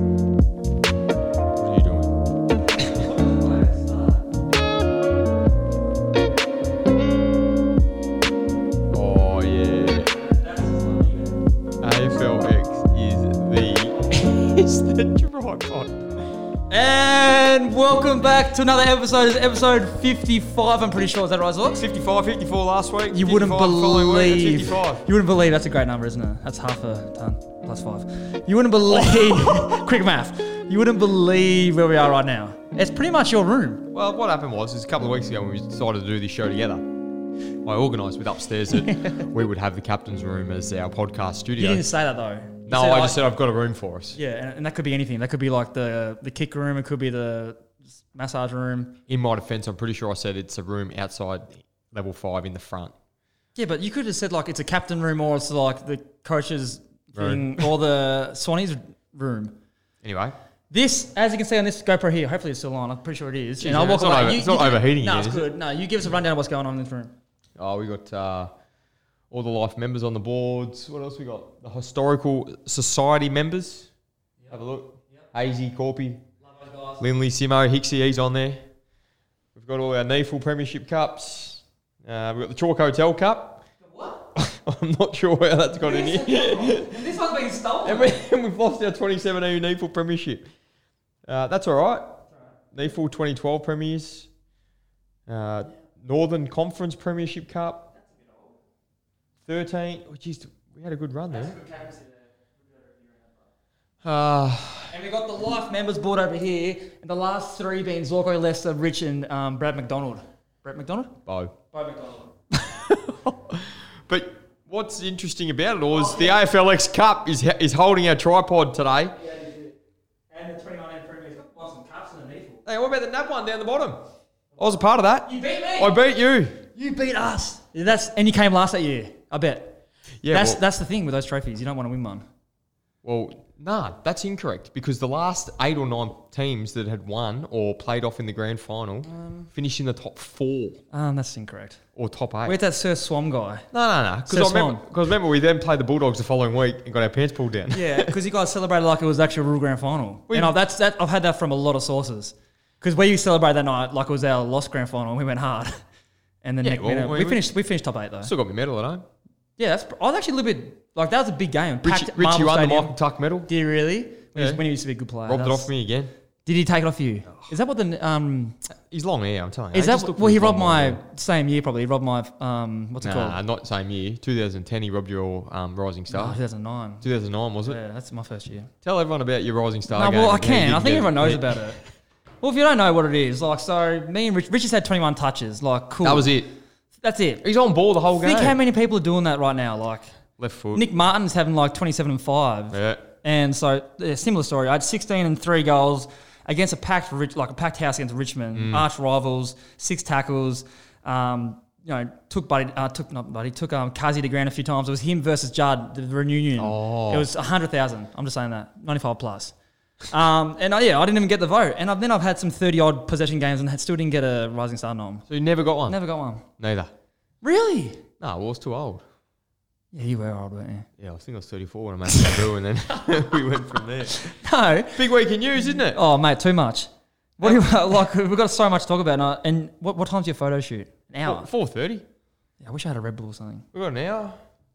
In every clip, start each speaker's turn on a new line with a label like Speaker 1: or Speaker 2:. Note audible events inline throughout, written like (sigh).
Speaker 1: What are you doing? Oh yeah. AFLX is the is the tripod.
Speaker 2: And welcome back to another episode. It's episode 55, I'm pretty sure. Is that right, Zorks?
Speaker 1: 55, 54 last week.
Speaker 2: You wouldn't
Speaker 1: 55 following week, it's
Speaker 2: believe. You
Speaker 1: 55.
Speaker 2: wouldn't believe that's a great number, isn't it? That's half a ton plus five. You
Speaker 1: (laughs)
Speaker 2: wouldn't believe. quick math. You wouldn't believe where we are right now. It's pretty much your room.
Speaker 1: Well, what happened was, is a couple of weeks ago when we decided to do this show together, I organised with upstairs that we would have the captain's room as our podcast
Speaker 2: You
Speaker 1: studio.
Speaker 2: didn't say that though. You
Speaker 1: No,
Speaker 2: said,
Speaker 1: I
Speaker 2: like-
Speaker 1: just said I've got a room for us
Speaker 2: Yeah, and, and that could be anything. That could be like the the kick room. It could be the massage room.
Speaker 1: In my defence, I'm pretty sure I said it's a room outside level five in the front.
Speaker 2: Yeah, but you could have said like it's a captain room or it's like the coach's
Speaker 1: Room.
Speaker 2: thing or the Swanee's room.
Speaker 1: Anyway,
Speaker 2: This, as you can see on this GoPro here, hopefully it's still on. I'm pretty sure it is. And
Speaker 1: yeah,
Speaker 2: I'll walk
Speaker 1: it's not
Speaker 2: away.
Speaker 1: over-
Speaker 2: you,
Speaker 1: it's not
Speaker 2: you give-
Speaker 1: overheating
Speaker 2: No,
Speaker 1: yet,
Speaker 2: it's
Speaker 1: is it?
Speaker 2: good. No, you give us a rundown of what's going on in this room.
Speaker 1: oh, we got uh, all the life members on the boards. What else we got? The historical society members. Have a look. Hazy, Corpy, Linley, Simo, Hixie, he's on there. We've got all our Neeful Premiership Cups. Uh, we've got the Chalk Hotel Cup. (laughs) I'm not sure where that's got in here.
Speaker 2: This one's been stolen.
Speaker 1: And, we, (laughs) and we've lost our 2017 Neeful E Premiership. Uh, that's all right. E Neeful 2012 Premiers. Uh, Northern Conference Premiership Cup. 13. Oh, geez, we had a good run there. Uh,
Speaker 2: And we've got the life members board over here, and the last three being Zorko, Lester, Rich, and um, Brad McDonald. Brad McDonald?
Speaker 1: Bo. (laughs)
Speaker 2: Brad McDonald.
Speaker 1: But what's interesting about it all is the AFLX Cup is, is holding our tripod today.
Speaker 2: And the 29 premiers got some cups underneath.
Speaker 1: Hey, what about the nap one down the bottom? I was a part of that.
Speaker 2: You beat me!
Speaker 1: I beat you.
Speaker 2: you beat us! Yeah, that's, and you came last that year, I bet.
Speaker 1: Yeah,
Speaker 2: that's,
Speaker 1: well-
Speaker 2: that's the thing with those trophies. You don't want to win one.
Speaker 1: Well, nah, that's incorrect because the last eight or nine teams that had won or played off in the grand final finished in the top four
Speaker 2: Um, that's incorrect.
Speaker 1: or top eight.
Speaker 2: Where's that Sir Swam guy?
Speaker 1: no, no, no.
Speaker 2: Sir
Speaker 1: Because remember,
Speaker 2: Swan.
Speaker 1: 'cause remember, we then played the Bulldogs the following week and got our pants pulled down.
Speaker 2: (laughs) Yeah, because you guys celebrated like it was actually a real grand final.
Speaker 1: We-
Speaker 2: and I've, that's that. I've had that from a lot of sources. Because we celebrated that night like it was our lost grand final, and we went hard. (laughs) And then
Speaker 1: Yeah,
Speaker 2: next
Speaker 1: well,
Speaker 2: minute,
Speaker 1: we-
Speaker 2: we,
Speaker 1: we-
Speaker 2: finished. We finished top eight
Speaker 1: (laughs)
Speaker 2: though.
Speaker 1: Still got my medal at home.
Speaker 2: yeah, that's. I was actually a little bit like that was a big game.
Speaker 1: Richie,
Speaker 2: Packed
Speaker 1: Richie won
Speaker 2: Marvel
Speaker 1: the
Speaker 2: Stadium.
Speaker 1: Michael Tuck medal.
Speaker 2: Did he really? When,
Speaker 1: Yeah.
Speaker 2: he, when he used to be a good player.
Speaker 1: Robbed it
Speaker 2: that's-
Speaker 1: off me again.
Speaker 2: Did he take it off you? Is that what the um?
Speaker 1: He's long hair, I'm telling you.
Speaker 2: Is
Speaker 1: I
Speaker 2: that
Speaker 1: just looked
Speaker 2: well?
Speaker 1: at
Speaker 2: He
Speaker 1: his
Speaker 2: robbed
Speaker 1: long hair.
Speaker 2: my same year probably. He robbed my um. What's it
Speaker 1: Nah,
Speaker 2: called?
Speaker 1: not same year. 2010, he robbed your um, Rising
Speaker 2: Oh,
Speaker 1: Star.
Speaker 2: 2009.
Speaker 1: 2009, was it?
Speaker 2: Yeah, that's my first year.
Speaker 1: Tell everyone about your Rising Star.
Speaker 2: No,
Speaker 1: game
Speaker 2: well, I
Speaker 1: and how you
Speaker 2: can. I
Speaker 1: didn't
Speaker 2: think
Speaker 1: get-
Speaker 2: everyone knows about it. Well, if you don't know what it is, like, so me and Rich, Richie's had 21 touches. Like, cool.
Speaker 1: That was it.
Speaker 2: That's it.
Speaker 1: He's on ball the whole
Speaker 2: Think
Speaker 1: game.
Speaker 2: how many people are doing that right now. Like,
Speaker 1: Left foot.
Speaker 2: Nick Martin's having like 27 and 5.
Speaker 1: Yeah.
Speaker 2: And so, yeah, similar story. I had 16 and 3 goals against a packed, Rich, like, a packed house against Richmond. Arch rivals, six tackles. Um, you know, took buddy, uh, took not buddy, took um, Kazi to ground a few times. It was him versus Judd, the reunion.
Speaker 1: Oh.
Speaker 2: It was hundred thousand. I'm just saying that ninety-five plus. Um, and I, yeah, I didn't even get the vote. And I've, then I've had some thirty-odd possession games and had- still didn't get a Rising Star nom.
Speaker 1: So you never got one?
Speaker 2: Never got one.
Speaker 1: Neither.
Speaker 2: Really?
Speaker 1: No, well, I was too old.
Speaker 2: Yeah, (laughs) you were old, weren't you?
Speaker 1: Yeah, I think I was 34 when I (laughs) made my brew, and then (laughs) we went from there.
Speaker 2: No.
Speaker 1: Big week in news, isn't it?
Speaker 2: Oh, mate, too much. What do you (laughs) like? We've got so much to talk about. And, I, and what, what time's your photo shoot? An hour.
Speaker 1: 4.30.
Speaker 2: Yeah, I wish I had a Red Bull or something.
Speaker 1: We've got an hour.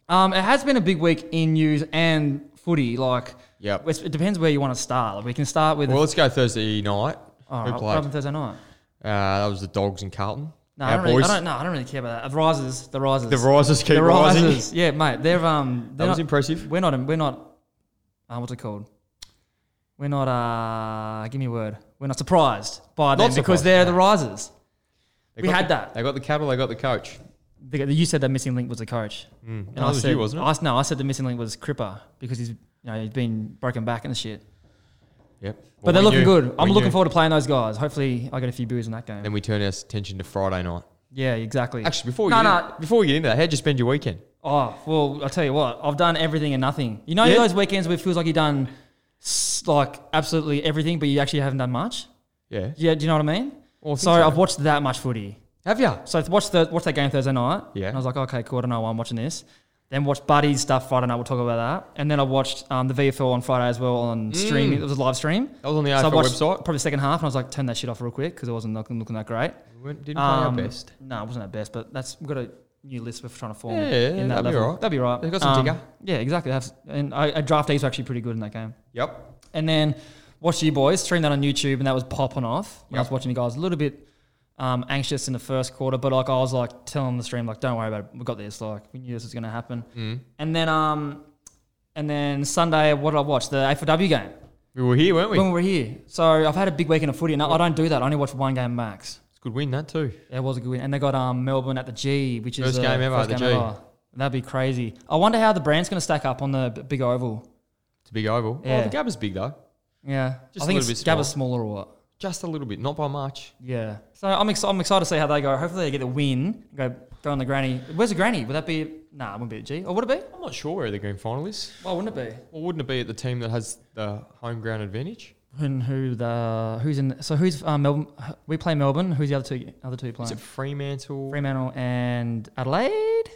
Speaker 2: Um, it has been a big week in news and footy. Like,
Speaker 1: Yep.
Speaker 2: it's- it depends where you want to start. Like, we can start with
Speaker 1: Well, let's go Thursday night.
Speaker 2: oh,
Speaker 1: Who
Speaker 2: what
Speaker 1: played?
Speaker 2: happened Thursday night.
Speaker 1: Uh, that was the Dogs and Carlton.
Speaker 2: No,
Speaker 1: Our
Speaker 2: I don't, really,
Speaker 1: boys.
Speaker 2: I don't. No, I don't really care about that. The risers, the risers,
Speaker 1: The Risers keep
Speaker 2: the
Speaker 1: rising.
Speaker 2: risers. Yeah, mate, they're um.
Speaker 1: That
Speaker 2: They're
Speaker 1: was
Speaker 2: not,
Speaker 1: impressive.
Speaker 2: we're not. We're not. Uh, what's it called? We're not. Uh, give me a word. We're not surprised by them because
Speaker 1: surprised,
Speaker 2: they're
Speaker 1: no.
Speaker 2: the risers.
Speaker 1: They
Speaker 2: We
Speaker 1: got
Speaker 2: had
Speaker 1: the-
Speaker 2: that.
Speaker 1: They got the cattle, they got the coach. Mm.
Speaker 2: The, you said the missing link was the coach, and
Speaker 1: Hmm. That was
Speaker 2: said
Speaker 1: you, wasn't it?
Speaker 2: I, no, I said the missing link was Cripper because he's you know he's been broken back and shit.
Speaker 1: Yep. Well,
Speaker 2: But they're
Speaker 1: we
Speaker 2: looking
Speaker 1: knew.
Speaker 2: good. I'm
Speaker 1: We
Speaker 2: looking
Speaker 1: knew.
Speaker 2: forward to playing those guys. Hopefully, I get a few beers in that game.
Speaker 1: Then we turn our attention to Friday night.
Speaker 2: Yeah, exactly.
Speaker 1: Actually, before we,
Speaker 2: no,
Speaker 1: get,
Speaker 2: no,
Speaker 1: in- before we get into that, how'd you spend your weekend?
Speaker 2: Oh well, I'll tell you what. I've done everything and nothing. You know
Speaker 1: Yeah.
Speaker 2: those weekends where it feels like you've done s- like absolutely everything, but you actually haven't done much.
Speaker 1: Yeah.
Speaker 2: Yeah, do you know what I mean?
Speaker 1: Well, I think
Speaker 2: so,
Speaker 1: so.
Speaker 2: I've watched that much footy.
Speaker 1: Have you?
Speaker 2: So I watched the watched that game Thursday night.
Speaker 1: Yeah.
Speaker 2: and I was like, okay, cool. I don't know why I'm watching this. Then watched Buddy's stuff Friday night. We'll talk about that. And then I watched um, the VFL on Friday as well on
Speaker 1: Mm.
Speaker 2: stream. It was a live stream.
Speaker 1: That was on the
Speaker 2: I
Speaker 1: AFL
Speaker 2: watched
Speaker 1: website.
Speaker 2: Probably the second half, and I was like, turn that shit off real quick because it wasn't looking, looking that great.
Speaker 1: We weren't- didn't play our
Speaker 2: Um,
Speaker 1: best.
Speaker 2: No, it wasn't our best, but that's we've got a new list we're trying to form.
Speaker 1: Yeah, yeah,
Speaker 2: in
Speaker 1: that'd
Speaker 2: that
Speaker 1: be
Speaker 2: level.
Speaker 1: alright.
Speaker 2: That'd be right. Um,
Speaker 1: They've got some digger.
Speaker 2: Yeah, exactly. That's, and I, I draft E's were actually pretty good in that game.
Speaker 1: Yep.
Speaker 2: And then watched you boys stream that on YouTube, and that was popping off. When I was
Speaker 1: Yep.
Speaker 2: watching you guys a little bit um, anxious in the first quarter, but like I was like telling the stream like, "Don't worry about it. We got this. Like we knew this was going to happen."
Speaker 1: Mm-hmm.
Speaker 2: And then um, and then Sunday, what did I watch? The A4W game
Speaker 1: We were here, weren't we?
Speaker 2: when we were here. So I've had a big weekend of footy, and I, I don't do that. I only watch one game max.
Speaker 1: It's a good win, that too.
Speaker 2: It was a good win, and they got um, Melbourne at the G, which is
Speaker 1: First
Speaker 2: the
Speaker 1: game ever at the G.
Speaker 2: That'd be crazy. I wonder how the brand's going to stack up on the b- big oval.
Speaker 1: It's a big oval. Oh,
Speaker 2: Yeah.
Speaker 1: the gap is big, though.
Speaker 2: Yeah,
Speaker 1: Just
Speaker 2: I
Speaker 1: a
Speaker 2: think
Speaker 1: little
Speaker 2: it's
Speaker 1: bit
Speaker 2: Gabba's smaller or what?
Speaker 1: Just a little bit, not by much.
Speaker 2: Yeah. So I'm, ex- I'm excited to see how they go. Hopefully they get the win. Go go on the granny. Where's the granny? Would that be? Nah, it wouldn't be a G. Or would it be?
Speaker 1: I'm not sure where the grand final is.
Speaker 2: Why wouldn't it
Speaker 1: Well, wouldn't it be at the team that has the home ground advantage?
Speaker 2: be? And who the who's in? So who's uh, Melbourne? We play Melbourne. Who's the other two? Other two
Speaker 1: Is
Speaker 2: playing?
Speaker 1: it Fremantle?
Speaker 2: Fremantle and Adelaide.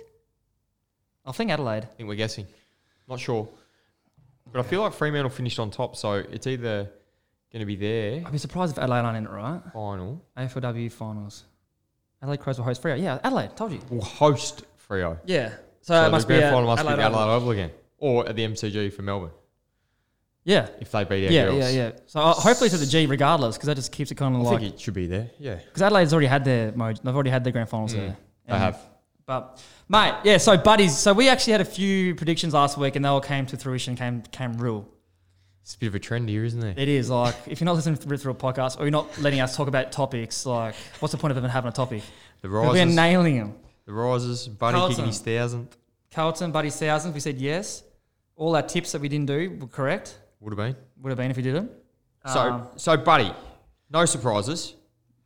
Speaker 2: I think Adelaide.
Speaker 1: I think we're guessing. Not sure. But I feel like Fremantle finished on top, so it's either going to be their
Speaker 2: I'd be surprised if Adelaide aren't in it, right?
Speaker 1: final.
Speaker 2: AFLW finals. Adelaide Crows will host Freo. Yeah, Adelaide. Told you.
Speaker 1: will host Freo.
Speaker 2: Yeah. So,
Speaker 1: So
Speaker 2: it must
Speaker 1: the
Speaker 2: be
Speaker 1: grand
Speaker 2: uh,
Speaker 1: final must be
Speaker 2: Adelaide
Speaker 1: at Adelaide Oval again, or at the MCG for Melbourne
Speaker 2: Yeah.
Speaker 1: if they beat our
Speaker 2: Yeah,
Speaker 1: girls.
Speaker 2: yeah, yeah. So uh, hopefully it's at the G regardless because that just keeps it kind of
Speaker 1: I
Speaker 2: like
Speaker 1: think it should be there. Yeah,
Speaker 2: because Adelaide's already had their mode. They've already had their grand finals there.
Speaker 1: Mm, they have.
Speaker 2: But mate, yeah. So buddies, so we actually had a few predictions last week, and they all came to fruition, came came real.
Speaker 1: It's a bit of a trend here, isn't it?
Speaker 2: It is like if you're not listening to the Rip Through a podcast or you're not letting us talk about topics, like what's the point of even having a topic?
Speaker 1: The
Speaker 2: 'Cause We're
Speaker 1: rises,
Speaker 2: nailing them.
Speaker 1: the rises. Bunny
Speaker 2: Carlton.
Speaker 1: kicking his thousandth
Speaker 2: Carlton, buddies, thousands. We said yes. All our tips that we didn't do were correct.
Speaker 1: would have been.
Speaker 2: Would have been if we did them. Um,
Speaker 1: so, so Buddy, no surprises.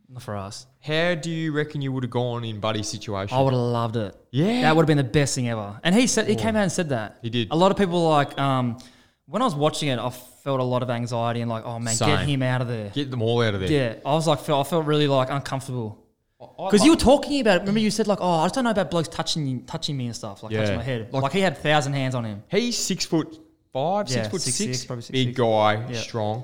Speaker 2: not for us.
Speaker 1: How do you reckon you would have gone in Buddy's situation?
Speaker 2: I would have loved it.
Speaker 1: yeah,
Speaker 2: That would have been the best thing ever. And he said he came out and said that.
Speaker 1: He did.
Speaker 2: A lot of people were like um, when I was watching it, I felt a lot of anxiety and like, oh man, get
Speaker 1: Same.
Speaker 2: him out of there.
Speaker 1: get them all out of there.
Speaker 2: yeah, I was like, felt, I felt really like uncomfortable
Speaker 1: I- I
Speaker 2: because
Speaker 1: like-
Speaker 2: you were talking about. it. Remember, you said like, oh, I just don't know about blokes touching you, touching me and stuff, like
Speaker 1: Yeah.
Speaker 2: touching my head. Like,
Speaker 1: Like-
Speaker 2: he had thousand hands on him.
Speaker 1: He's six foot five,
Speaker 2: Yeah,
Speaker 1: six foot
Speaker 2: six,
Speaker 1: six,
Speaker 2: six, probably six,
Speaker 1: big
Speaker 2: six.
Speaker 1: guy,
Speaker 2: Yeah.
Speaker 1: strong.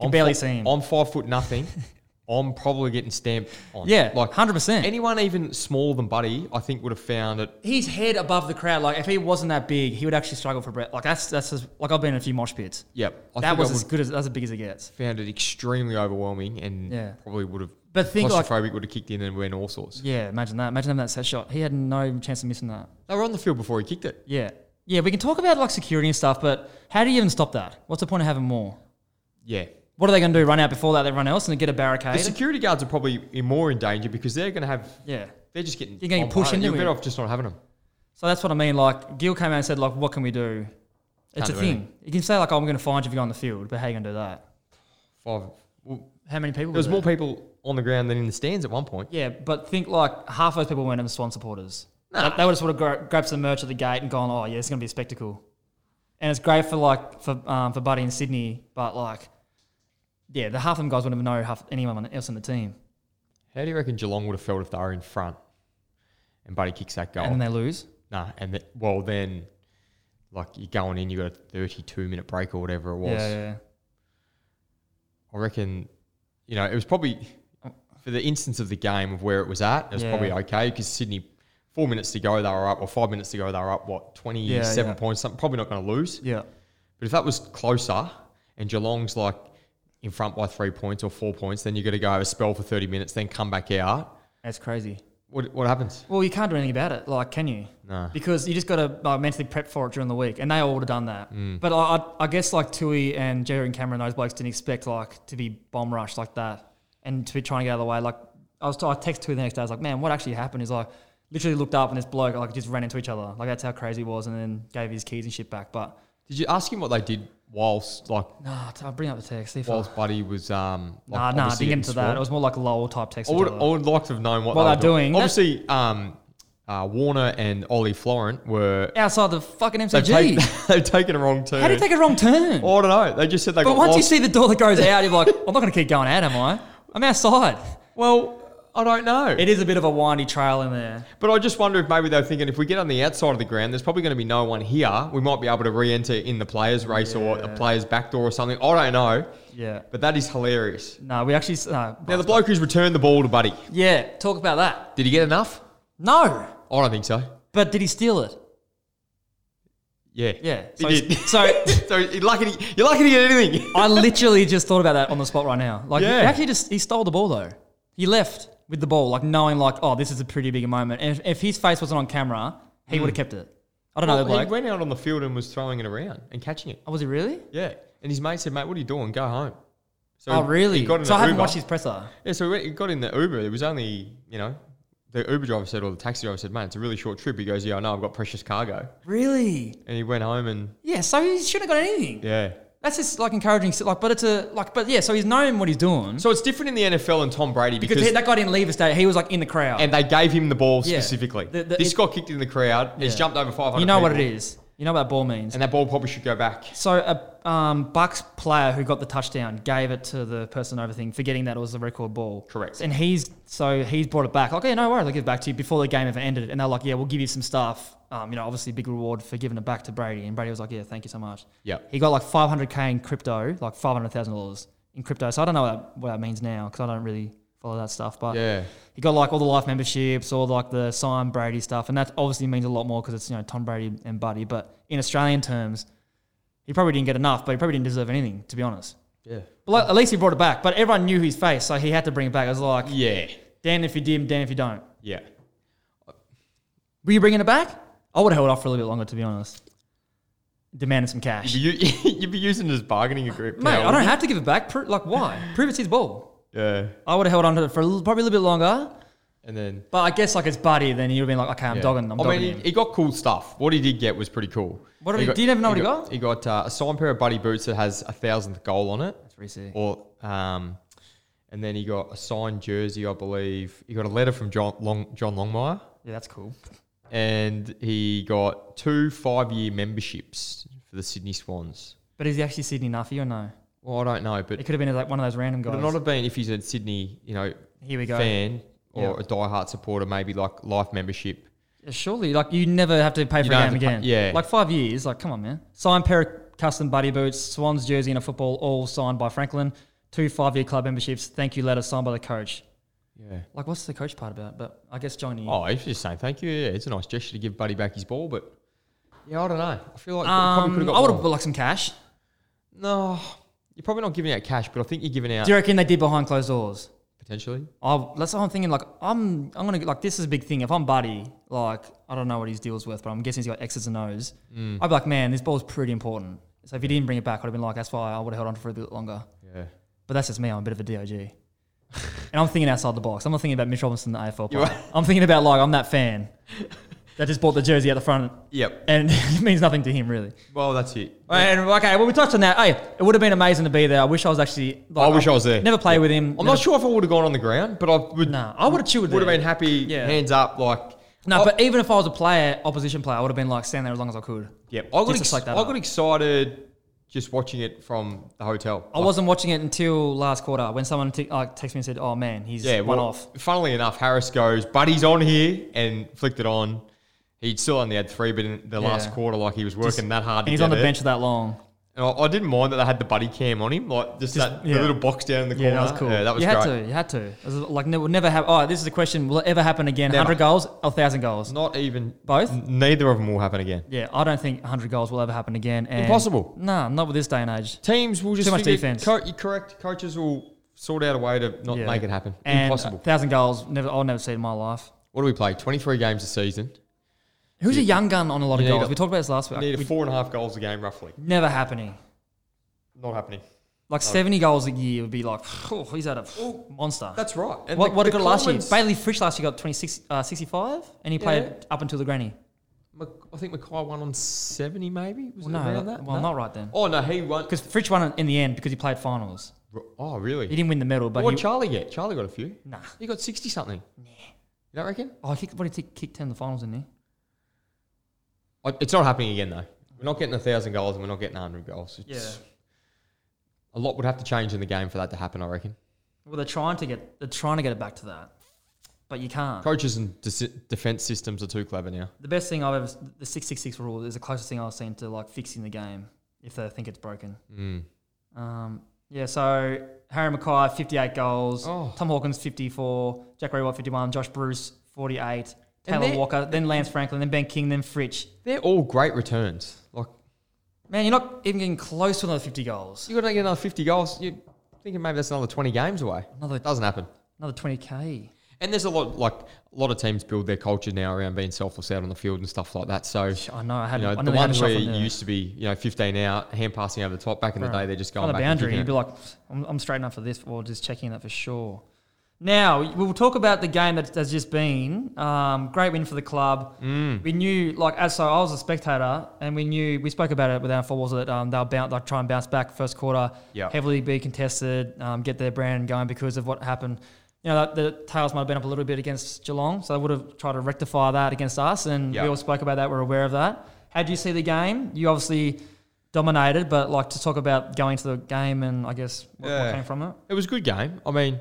Speaker 1: I'm
Speaker 2: barely
Speaker 1: fi-
Speaker 2: see him.
Speaker 1: I'm five foot nothing.
Speaker 2: (laughs)
Speaker 1: I'm probably getting stamped on.
Speaker 2: Yeah, like
Speaker 1: like
Speaker 2: hundred percent.
Speaker 1: anyone even smaller than Buddy, I think would have found it.
Speaker 2: His head above the crowd. Like if he wasn't that big, he would actually struggle for breath. Like that's that's just, like I've been in a few mosh pits.
Speaker 1: Yep, I
Speaker 2: that
Speaker 1: think
Speaker 2: was
Speaker 1: I
Speaker 2: as
Speaker 1: would
Speaker 2: good as that's as big as it gets.
Speaker 1: found it extremely overwhelming, and
Speaker 2: Yeah.
Speaker 1: probably would have.
Speaker 2: But think like
Speaker 1: claustrophobic would have kicked in and went all sorts.
Speaker 2: Yeah, imagine that. Imagine having that set shot. He had no chance of missing that.
Speaker 1: They were on the field before he kicked it.
Speaker 2: Yeah. Yeah, we can talk about like security and stuff, but how do you even stop that? What's the point of having more?
Speaker 1: Yeah.
Speaker 2: What are they going to do? Run out before that, everyone else, and then get a
Speaker 1: The
Speaker 2: barricade?
Speaker 1: security guards are probably in more in danger because they're going to have.
Speaker 2: yeah.
Speaker 1: They're just getting.
Speaker 2: You're getting
Speaker 1: bombarded.
Speaker 2: pushed into
Speaker 1: You're better
Speaker 2: it.
Speaker 1: off just not having them.
Speaker 2: So that's what I mean. Like, Gil came out and said, like, what can we do?
Speaker 1: Can't
Speaker 2: It's a
Speaker 1: do
Speaker 2: thing.
Speaker 1: anything.
Speaker 2: You can say, like, oh, I'm going to find you if you go on the field, but how are you going to do that?
Speaker 1: Five. Well,
Speaker 2: How many people?
Speaker 1: there was
Speaker 2: were
Speaker 1: more people on the ground than in the stands at one point.
Speaker 2: Yeah, but think like half those people weren't even Swan supporters. They, they would have sort of gra- grabbed some merch at the gate and gone, "Oh yeah, it's going to be a spectacle." And it's great for like for um, for Buddy in Sydney, but like, yeah, the half of them guys wouldn't even know half anyone else on the team,
Speaker 1: How do you reckon Geelong would have felt if they were in front and Buddy kicks that goal?
Speaker 2: and then they lose.
Speaker 1: nah, and the, well then, like you're going in, you got a 32 minute break or whatever it was.
Speaker 2: Yeah,
Speaker 1: I reckon, you know, it was probably for the instance of the game of where it was at, it was
Speaker 2: Yeah.
Speaker 1: probably okay because Sydney, four minutes to go, they were up, or five minutes to go, they were up, what, 27
Speaker 2: yeah.
Speaker 1: points, something, probably not going to lose.
Speaker 2: yeah,
Speaker 1: But if that was closer and Geelong's like in front by three points or four points, then you got to go have a spell for 30 minutes, then come back out.
Speaker 2: that's crazy.
Speaker 1: What, what happens?
Speaker 2: Well, you can't do anything about it, like, can you?
Speaker 1: No.
Speaker 2: Because you just got to like, mentally prep for it during the week, and they all would have done that.
Speaker 1: Mm.
Speaker 2: But I, I, I guess like Tui and Jerry and Cameron, those blokes didn't expect like to be bomb rushed like that, and to be trying to get out of the way. Like I was, t- I text Tui the next day. I was like, man, what actually happened? Is like literally looked up and this bloke like just ran into each other. Like that's how crazy it was, and then gave his keys and shit back. But
Speaker 1: Did you ask him what they did whilst like
Speaker 2: nah, t- I'll bring up the text. See if I-
Speaker 1: whilst Buddy was um like,
Speaker 2: nah, nah, I
Speaker 1: obviously
Speaker 2: didn't get
Speaker 1: getting
Speaker 2: into that.
Speaker 1: swamped?
Speaker 2: It was more like lol type text.
Speaker 1: I
Speaker 2: each
Speaker 1: would,
Speaker 2: other.
Speaker 1: I would like to have known what,
Speaker 2: What
Speaker 1: they were
Speaker 2: they're doing.
Speaker 1: doing. Obviously, um, uh, Warner and Ollie Florent were
Speaker 2: Outside the fucking
Speaker 1: (laughs) they've, take, (laughs)
Speaker 2: MCG.
Speaker 1: they've taken a wrong turn.
Speaker 2: How do you take a wrong turn?
Speaker 1: Oh, I don't know. They just said they
Speaker 2: But
Speaker 1: got
Speaker 2: once you
Speaker 1: lost.
Speaker 2: see the door that goes out, you're like, I'm not going to keep going out, am I? I'm outside.
Speaker 1: well, I don't know.
Speaker 2: It is a bit of a windy trail in there.
Speaker 1: But I just wonder if maybe they're thinking if we get on the outside of the ground, there's probably going to be no one here. We might be able to re-enter in the players' race or the
Speaker 2: Yeah.
Speaker 1: players' back door or something. I don't know.
Speaker 2: Yeah.
Speaker 1: But that is hilarious.
Speaker 2: No, we actually. s- No,
Speaker 1: Now the bloke who's returned the ball to Buddy,
Speaker 2: yeah, talk about that.
Speaker 1: did he get enough?
Speaker 2: No,
Speaker 1: I don't think so.
Speaker 2: but did he steal it?
Speaker 1: Yeah.
Speaker 2: Yeah.
Speaker 1: He
Speaker 2: So,
Speaker 1: did.
Speaker 2: so
Speaker 1: (laughs) so you're lucky to, you're lucky to get anything.
Speaker 2: I literally just thought about that on the spot right now. Like,
Speaker 1: Yeah.
Speaker 2: he actually just he stole the ball though. He left with the ball, like knowing, like, oh, this is a pretty big moment. And if, if his face wasn't on camera, he would have kept it. I don't know,
Speaker 1: Well, he
Speaker 2: like,
Speaker 1: went out on the field and was throwing it around and catching it.
Speaker 2: oh, was he really?
Speaker 1: Yeah. And his mate said, mate, what are you doing? Go home. So
Speaker 2: oh, really?
Speaker 1: He got in
Speaker 2: So
Speaker 1: an
Speaker 2: I haven't
Speaker 1: Uber.
Speaker 2: watched his presser.
Speaker 1: Yeah, so we got in the Uber. It was only, you know, the Uber driver said, or the taxi driver said, man, it's a really short trip. He goes, yeah, I know, I've got precious cargo.
Speaker 2: Really?
Speaker 1: And he went home and,
Speaker 2: Yeah. So he shouldn't have got anything.
Speaker 1: yeah.
Speaker 2: That's just like encouraging. s- Like, but it's a like, but yeah. So he's known what he's doing.
Speaker 1: So it's different in the NFL and Tom Brady because,
Speaker 2: because he- that guy didn't leave a state. He was like in the crowd.
Speaker 1: and they gave him the ball
Speaker 2: Yeah.
Speaker 1: specifically.
Speaker 2: The- the-
Speaker 1: this
Speaker 2: it-
Speaker 1: got kicked in the crowd. It's
Speaker 2: Yeah.
Speaker 1: jumped over 500
Speaker 2: you know what it
Speaker 1: people,
Speaker 2: is. You know what that ball means.
Speaker 1: And that ball probably should go back.
Speaker 2: So a um, Bucks player who got the touchdown gave it to the person over thing, forgetting that it was the record ball.
Speaker 1: Correct.
Speaker 2: And he's so he's brought it back. Like, yeah, no worries, I'll give it back to you before the game ever ended. And they're like, yeah, we'll give you some stuff. Um, you know, obviously big reward for giving it back to Brady. And Brady was like, yeah, thank you so much.
Speaker 1: Yep.
Speaker 2: He got like 500k in crypto, like 500 thousand dollars in crypto. So I don't know what that, what that means now because I don't really follow that stuff. But
Speaker 1: Yeah.
Speaker 2: he got like all the life memberships, all like the sign Brady stuff, and that obviously means a lot more because it's you know Tom Brady and Buddy. But in Australian terms, he probably didn't get enough, but he probably didn't deserve anything to be honest.
Speaker 1: Yeah.
Speaker 2: But like, at least he brought it back. But everyone knew his face, so he had to bring it back. It was like,
Speaker 1: Yeah.
Speaker 2: Dan if you did, Dan if you don't.
Speaker 1: Yeah. (laughs)
Speaker 2: Were you bringing it back? I would have held off for a little bit longer to be honest. Demanded some cash, mate.
Speaker 1: You'd be, u- (laughs) you'd be using it as bargaining agreement.
Speaker 2: I don't have to give it back. Pro-
Speaker 1: (laughs)
Speaker 2: like why? Prove it's his ball.
Speaker 1: Yeah.
Speaker 2: I would have held on to it for a little, probably a little bit longer.
Speaker 1: And then.
Speaker 2: But I guess like it's Buddy, then you'd have been like, okay, I'm
Speaker 1: yeah.
Speaker 2: dogging, I'm
Speaker 1: I
Speaker 2: dogging
Speaker 1: mean,
Speaker 2: him.
Speaker 1: he, he got cool stuff. What he did get was pretty cool.
Speaker 2: What did he- do you even know what he got?
Speaker 1: He got uh, a signed pair of Buddy boots that has a thousandth goal on it,
Speaker 2: That's pretty sick.
Speaker 1: or um, and then he got a signed jersey, I believe. He got a letter from John Long, John Longmire,
Speaker 2: Yeah, that's cool.
Speaker 1: and he got two five-year memberships for the Sydney Swans.
Speaker 2: But is he actually Sydney Nuffy or no?
Speaker 1: Well, I don't know, but
Speaker 2: It
Speaker 1: it
Speaker 2: could have been like one of those random
Speaker 1: would
Speaker 2: guys.
Speaker 1: not have been if he's a Sydney, you know,
Speaker 2: Here we go.
Speaker 1: fan or
Speaker 2: Yeah.
Speaker 1: a die-hard supporter, maybe like life membership.
Speaker 2: Surely, like you never have to pay for
Speaker 1: don't
Speaker 2: a
Speaker 1: have
Speaker 2: game
Speaker 1: to pay-
Speaker 2: again.
Speaker 1: yeah.
Speaker 2: like five years. Like, come on, man. Signed pair of custom buddy boots, Swans jersey, and a football, all signed by Franklin. Two five-year club memberships. Thank you letter signed by the coach.
Speaker 1: Yeah.
Speaker 2: Like, what's the coach part about? But I guess Johnny.
Speaker 1: Oh, he's just saying thank you. Yeah, it's a nice gesture to give Buddy back his ball, but yeah, I don't know. I feel like
Speaker 2: um,
Speaker 1: you probably could have got.
Speaker 2: I would have
Speaker 1: more.
Speaker 2: like some cash.
Speaker 1: No, you're probably not giving out cash, but I think you're giving out
Speaker 2: Do you reckon they did behind closed doors?
Speaker 1: potentially.
Speaker 2: Oh, that's what I'm thinking. Like, I'm, I'm gonna like this is a big thing. If I'm Buddy, like, I don't know what his deal's worth, but I'm guessing he's got X's and O's.
Speaker 1: Mm.
Speaker 2: I'd be like, man, this ball's pretty important. So if he didn't bring it back, I'd have been like, that's why I would have held on for a bit longer.
Speaker 1: Yeah.
Speaker 2: But that's just me. I'm a bit of a
Speaker 1: (laughs)
Speaker 2: dog. and I'm thinking outside the box. I'm not thinking about Mitch Robinson, the AFL
Speaker 1: You are-
Speaker 2: player. I'm thinking about like I'm that fan that just bought the jersey at the front,
Speaker 1: Yep.
Speaker 2: and (laughs) it means nothing to him really.
Speaker 1: Well, that's it.
Speaker 2: And okay, well we touched on that. Hey, it would have been amazing to be there. I wish I was actually. Like,
Speaker 1: I wish I was there.
Speaker 2: Never play with him.
Speaker 1: I'm not sure if I would have gone on the ground, but I would.
Speaker 2: No, I would've chilled
Speaker 1: Would have
Speaker 2: there.
Speaker 1: been happy.
Speaker 2: Yeah.
Speaker 1: Hands up, like.
Speaker 2: No,
Speaker 1: I-
Speaker 2: but even if I was a player, opposition player, I would have been like stand there as long as I could.
Speaker 1: Yep. I got
Speaker 2: Just
Speaker 1: ex-
Speaker 2: like that
Speaker 1: I
Speaker 2: up.
Speaker 1: got excited just watching it from the hotel.
Speaker 2: I wasn't watching it until last quarter when someone t- like texted me and said, "Oh man, he's
Speaker 1: Yeah.
Speaker 2: one
Speaker 1: well,
Speaker 2: off."
Speaker 1: Funnily enough, Harris goes, "Buddy's on here," and flicked it on. He still only had three, but in the last
Speaker 2: Yeah.
Speaker 1: quarter, like he was working that hard.
Speaker 2: And
Speaker 1: to
Speaker 2: he's on
Speaker 1: get
Speaker 2: the
Speaker 1: it.
Speaker 2: bench for that long.
Speaker 1: And I, I didn't mind that they had the buddy cam on him, like just,
Speaker 2: Just-
Speaker 1: that
Speaker 2: yeah.
Speaker 1: the little box down in the corner.
Speaker 2: Yeah, that was cool.
Speaker 1: Yeah, that was
Speaker 2: you
Speaker 1: great.
Speaker 2: had to. You had to. It was like never, never have. Oh, this is a question. Will it ever happen again?
Speaker 1: Never.
Speaker 2: Hundred goals, or thousand goals?
Speaker 1: Not even
Speaker 2: Both.
Speaker 1: n- neither of them will happen again.
Speaker 2: Yeah, I don't think hundred goals will ever happen again. And
Speaker 1: Impossible.
Speaker 2: No, not with this day and age.
Speaker 1: Teams will just
Speaker 2: Too much
Speaker 1: figure-
Speaker 2: defense.
Speaker 1: Co- you're correct. Coaches will sort out a way to not make it happen.
Speaker 2: And
Speaker 1: Impossible.
Speaker 2: Thousand goals. Never. I'll never see it in my life.
Speaker 1: What do we play? Twenty three games a season.
Speaker 2: Who's a young gun on a lot
Speaker 1: You
Speaker 2: of
Speaker 1: need
Speaker 2: goals?
Speaker 1: a-
Speaker 2: we talked about this last week.
Speaker 1: Need
Speaker 2: We-
Speaker 1: four and a half goals a game roughly.
Speaker 2: never happening.
Speaker 1: Not happening. Oh.
Speaker 2: Like seventy goals a year would be like, oh, he's out of monster.
Speaker 1: That's right. And
Speaker 2: What,
Speaker 1: the-
Speaker 2: what
Speaker 1: the
Speaker 2: did it last year?
Speaker 1: Collins-
Speaker 2: Bailey Frisch last year got 26, uh, 65, and he played up until the granny.
Speaker 1: Mc- I think Mackay won on seventy, maybe. Was
Speaker 2: Well,
Speaker 1: it
Speaker 2: no,
Speaker 1: around that?
Speaker 2: well, not right then.
Speaker 1: Oh no, he won.
Speaker 2: Because Frisch won in the end because he played finals.
Speaker 1: Oh really?
Speaker 2: He didn't win the medal, but
Speaker 1: What
Speaker 2: he,
Speaker 1: did Charlie get? Charlie got a few.
Speaker 2: Nah.
Speaker 1: He got sixty something. Yeah. You don't reckon?
Speaker 2: Oh, he kicked, what did he kick 10 in the finals in there?
Speaker 1: I- It's not happening again though. We're not getting a thousand goals and we're not getting a hundred goals. It's- A lot would have to change in the game for that to happen. I reckon.
Speaker 2: Well, they're trying to get they're trying to get it back to that. but you can't.
Speaker 1: Coaches and de- defense systems are too clever now.
Speaker 2: The best thing I've ever the six six six rule is the closest thing I've seen to like fixing the game if they think it's broken.
Speaker 1: Mm.
Speaker 2: Um, yeah, so Harry Mackay, 58 goals.
Speaker 1: Oh.
Speaker 2: Tom Hawkins, 54. Jack Rewalt, 51. Josh Bruce, 48.
Speaker 1: And
Speaker 2: Taylor
Speaker 1: they-
Speaker 2: Walker, then Lance Franklin, then Ben King, then Fritch.
Speaker 1: They're all great returns. Like
Speaker 2: Man, you're not even getting close to another 50 goals.
Speaker 1: you're gonna get another fifty goals. You're thinking maybe that's another twenty games away.
Speaker 2: Another,
Speaker 1: It doesn't happen.
Speaker 2: another 20K.
Speaker 1: And there's a lot like a lot of teams build their culture now around being selfless out on the field and stuff like that. So
Speaker 2: I know, I
Speaker 1: you
Speaker 2: had
Speaker 1: know
Speaker 2: I
Speaker 1: the
Speaker 2: nearly had a
Speaker 1: ones
Speaker 2: shot
Speaker 1: where
Speaker 2: from
Speaker 1: you
Speaker 2: there.
Speaker 1: used to be you know fifteen out, hand passing over the top. Back in the
Speaker 2: Right.
Speaker 1: day, they're just
Speaker 2: on
Speaker 1: going
Speaker 2: the
Speaker 1: back
Speaker 2: boundary,
Speaker 1: And
Speaker 2: you'd be
Speaker 1: kicking
Speaker 2: like, I'm, I'm straight enough for this, or just checking that for sure. Now, we'll talk about the game that has just been. Um, great win for the club.
Speaker 1: Mm.
Speaker 2: We knew, like, as so I was a spectator, and we knew, we spoke about it with our four walls that um, they'll bounce, like, try and bounce back first quarter,
Speaker 1: Yeah.
Speaker 2: heavily be contested, um, get their brand going because of what happened. You know, that, the tails might have been up a little bit against Geelong, so they would have tried to rectify that against us, and
Speaker 1: Yeah.
Speaker 2: we all spoke about that. We're aware of that. How do you see the game? You obviously dominated, but like to talk about going to the game and I guess what, what
Speaker 1: Yeah.
Speaker 2: came from it.
Speaker 1: It was a good game. I mean,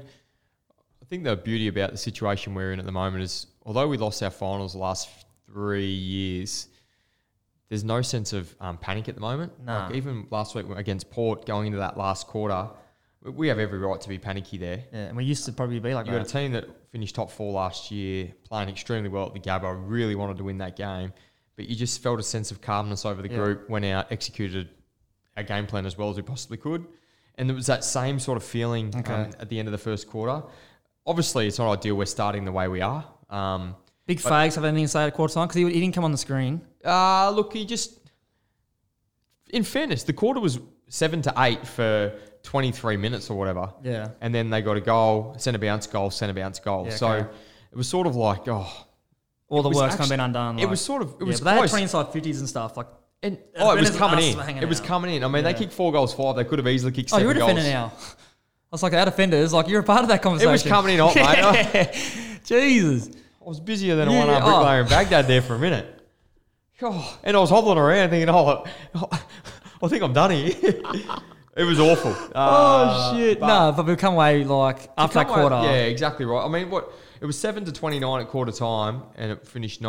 Speaker 1: I think the beauty about the situation we're in at the moment is, although we lost our finals the last three years, there's no sense of um, panic at the moment.
Speaker 2: Nah.
Speaker 1: Like even last week against Port, going into that last quarter, we have every right to be panicky there.
Speaker 2: Yeah, and we used to probably be like
Speaker 1: You got a
Speaker 2: that.
Speaker 1: team that finished top four last year, playing extremely well at the Gabba. Really wanted to win that game, but you just felt a sense of calmness over the
Speaker 2: Yeah.
Speaker 1: group. Went out, executed our game plan as well as we possibly could, and there was that same sort of feeling um,
Speaker 2: Okay.
Speaker 1: at the end of the first quarter. Obviously, it's not ideal. We're starting the way we are. Um,
Speaker 2: Big fags have anything to say at quarter time because he, he didn't come on the screen.
Speaker 1: uh, look, he just. In fairness, the quarter was seven to eight for twenty-three minutes or whatever
Speaker 2: Yeah,
Speaker 1: and then they got a goal, centre bounce goal, centre bounce goal.
Speaker 2: Yeah,
Speaker 1: so
Speaker 2: okay.
Speaker 1: it was sort of like, oh,
Speaker 2: all the
Speaker 1: was
Speaker 2: work's kind of
Speaker 1: actually-
Speaker 2: been undone.
Speaker 1: it
Speaker 2: like-
Speaker 1: was sort of it
Speaker 2: yeah,
Speaker 1: was
Speaker 2: but they had
Speaker 1: close.
Speaker 2: twenty inside fifties and stuff. Like,
Speaker 1: and,
Speaker 2: as
Speaker 1: oh, it
Speaker 2: bad
Speaker 1: was
Speaker 2: as
Speaker 1: coming
Speaker 2: us
Speaker 1: in.
Speaker 2: were hanging
Speaker 1: It was
Speaker 2: out.
Speaker 1: coming in. I mean,
Speaker 2: Yeah.
Speaker 1: they kicked four goals, five. They could have easily kicked
Speaker 2: oh,
Speaker 1: seven
Speaker 2: you're a defender
Speaker 1: goals.
Speaker 2: now. (laughs) I was like, that offender is like you're a part of that conversation.
Speaker 1: coming in hot,
Speaker 2: (laughs)
Speaker 1: mate. oh.
Speaker 2: mate. Jesus.
Speaker 1: I was busier than a
Speaker 2: Yeah,
Speaker 1: one arm
Speaker 2: oh.
Speaker 1: bricklayer in Baghdad there for a minute. Oh, and I was hobbling around thinking, oh, (laughs) I think I'm done here. (laughs) it was
Speaker 2: (laughs)
Speaker 1: awful. Uh,
Speaker 2: oh shit. no, but we've come away like after that
Speaker 1: Come on,
Speaker 2: quarter.
Speaker 1: Yeah, exactly right. I mean, what it was seven to twenty nine at quarter time, and it finished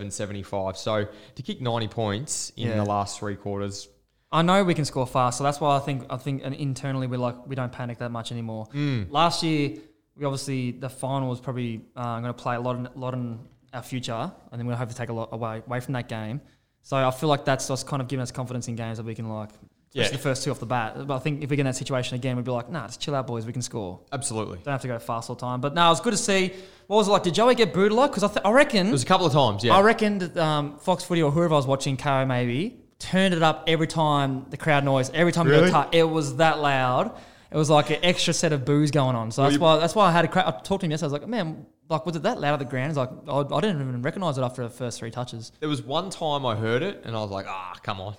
Speaker 1: 97-75. So to kick ninety points in
Speaker 2: Yeah.
Speaker 1: the last three quarters,
Speaker 2: I know we can score fast, so that's why I think I think and internally we're like we don't panic that much anymore.
Speaker 1: Mm.
Speaker 2: Last year, we obviously the final was probably uh, going to play a lot in, lot in our future, and then we'll have to take a lot away away from that game. So I feel like that's what's kind of given us confidence in games that we can like,
Speaker 1: Yeah.
Speaker 2: yeah. the first two off the bat. But I think if we get in that situation again, we'd be like, nah, just chill out, boys. We can score.
Speaker 1: absolutely.
Speaker 2: Don't have to go fast all the time. But no, it's good to see. What was it like? Did Joey get booed a lot? Because I, th- I reckon
Speaker 1: It was a couple of times, yeah.
Speaker 2: I reckon that um, Fox Footy or whoever I was watching, Caro maybe, turned it up every time the crowd noise, every time we
Speaker 1: Really?
Speaker 2: got touched. It was that loud. It was like an extra set of boos going on. So that's
Speaker 1: you-
Speaker 2: why that's why I had a crowd. I talked to him yesterday. I was like, man, like was it that loud at the ground? He's like, I, I didn't even recognize it after the first three touches.
Speaker 1: there was one time I heard it, and I was like, ah, come on.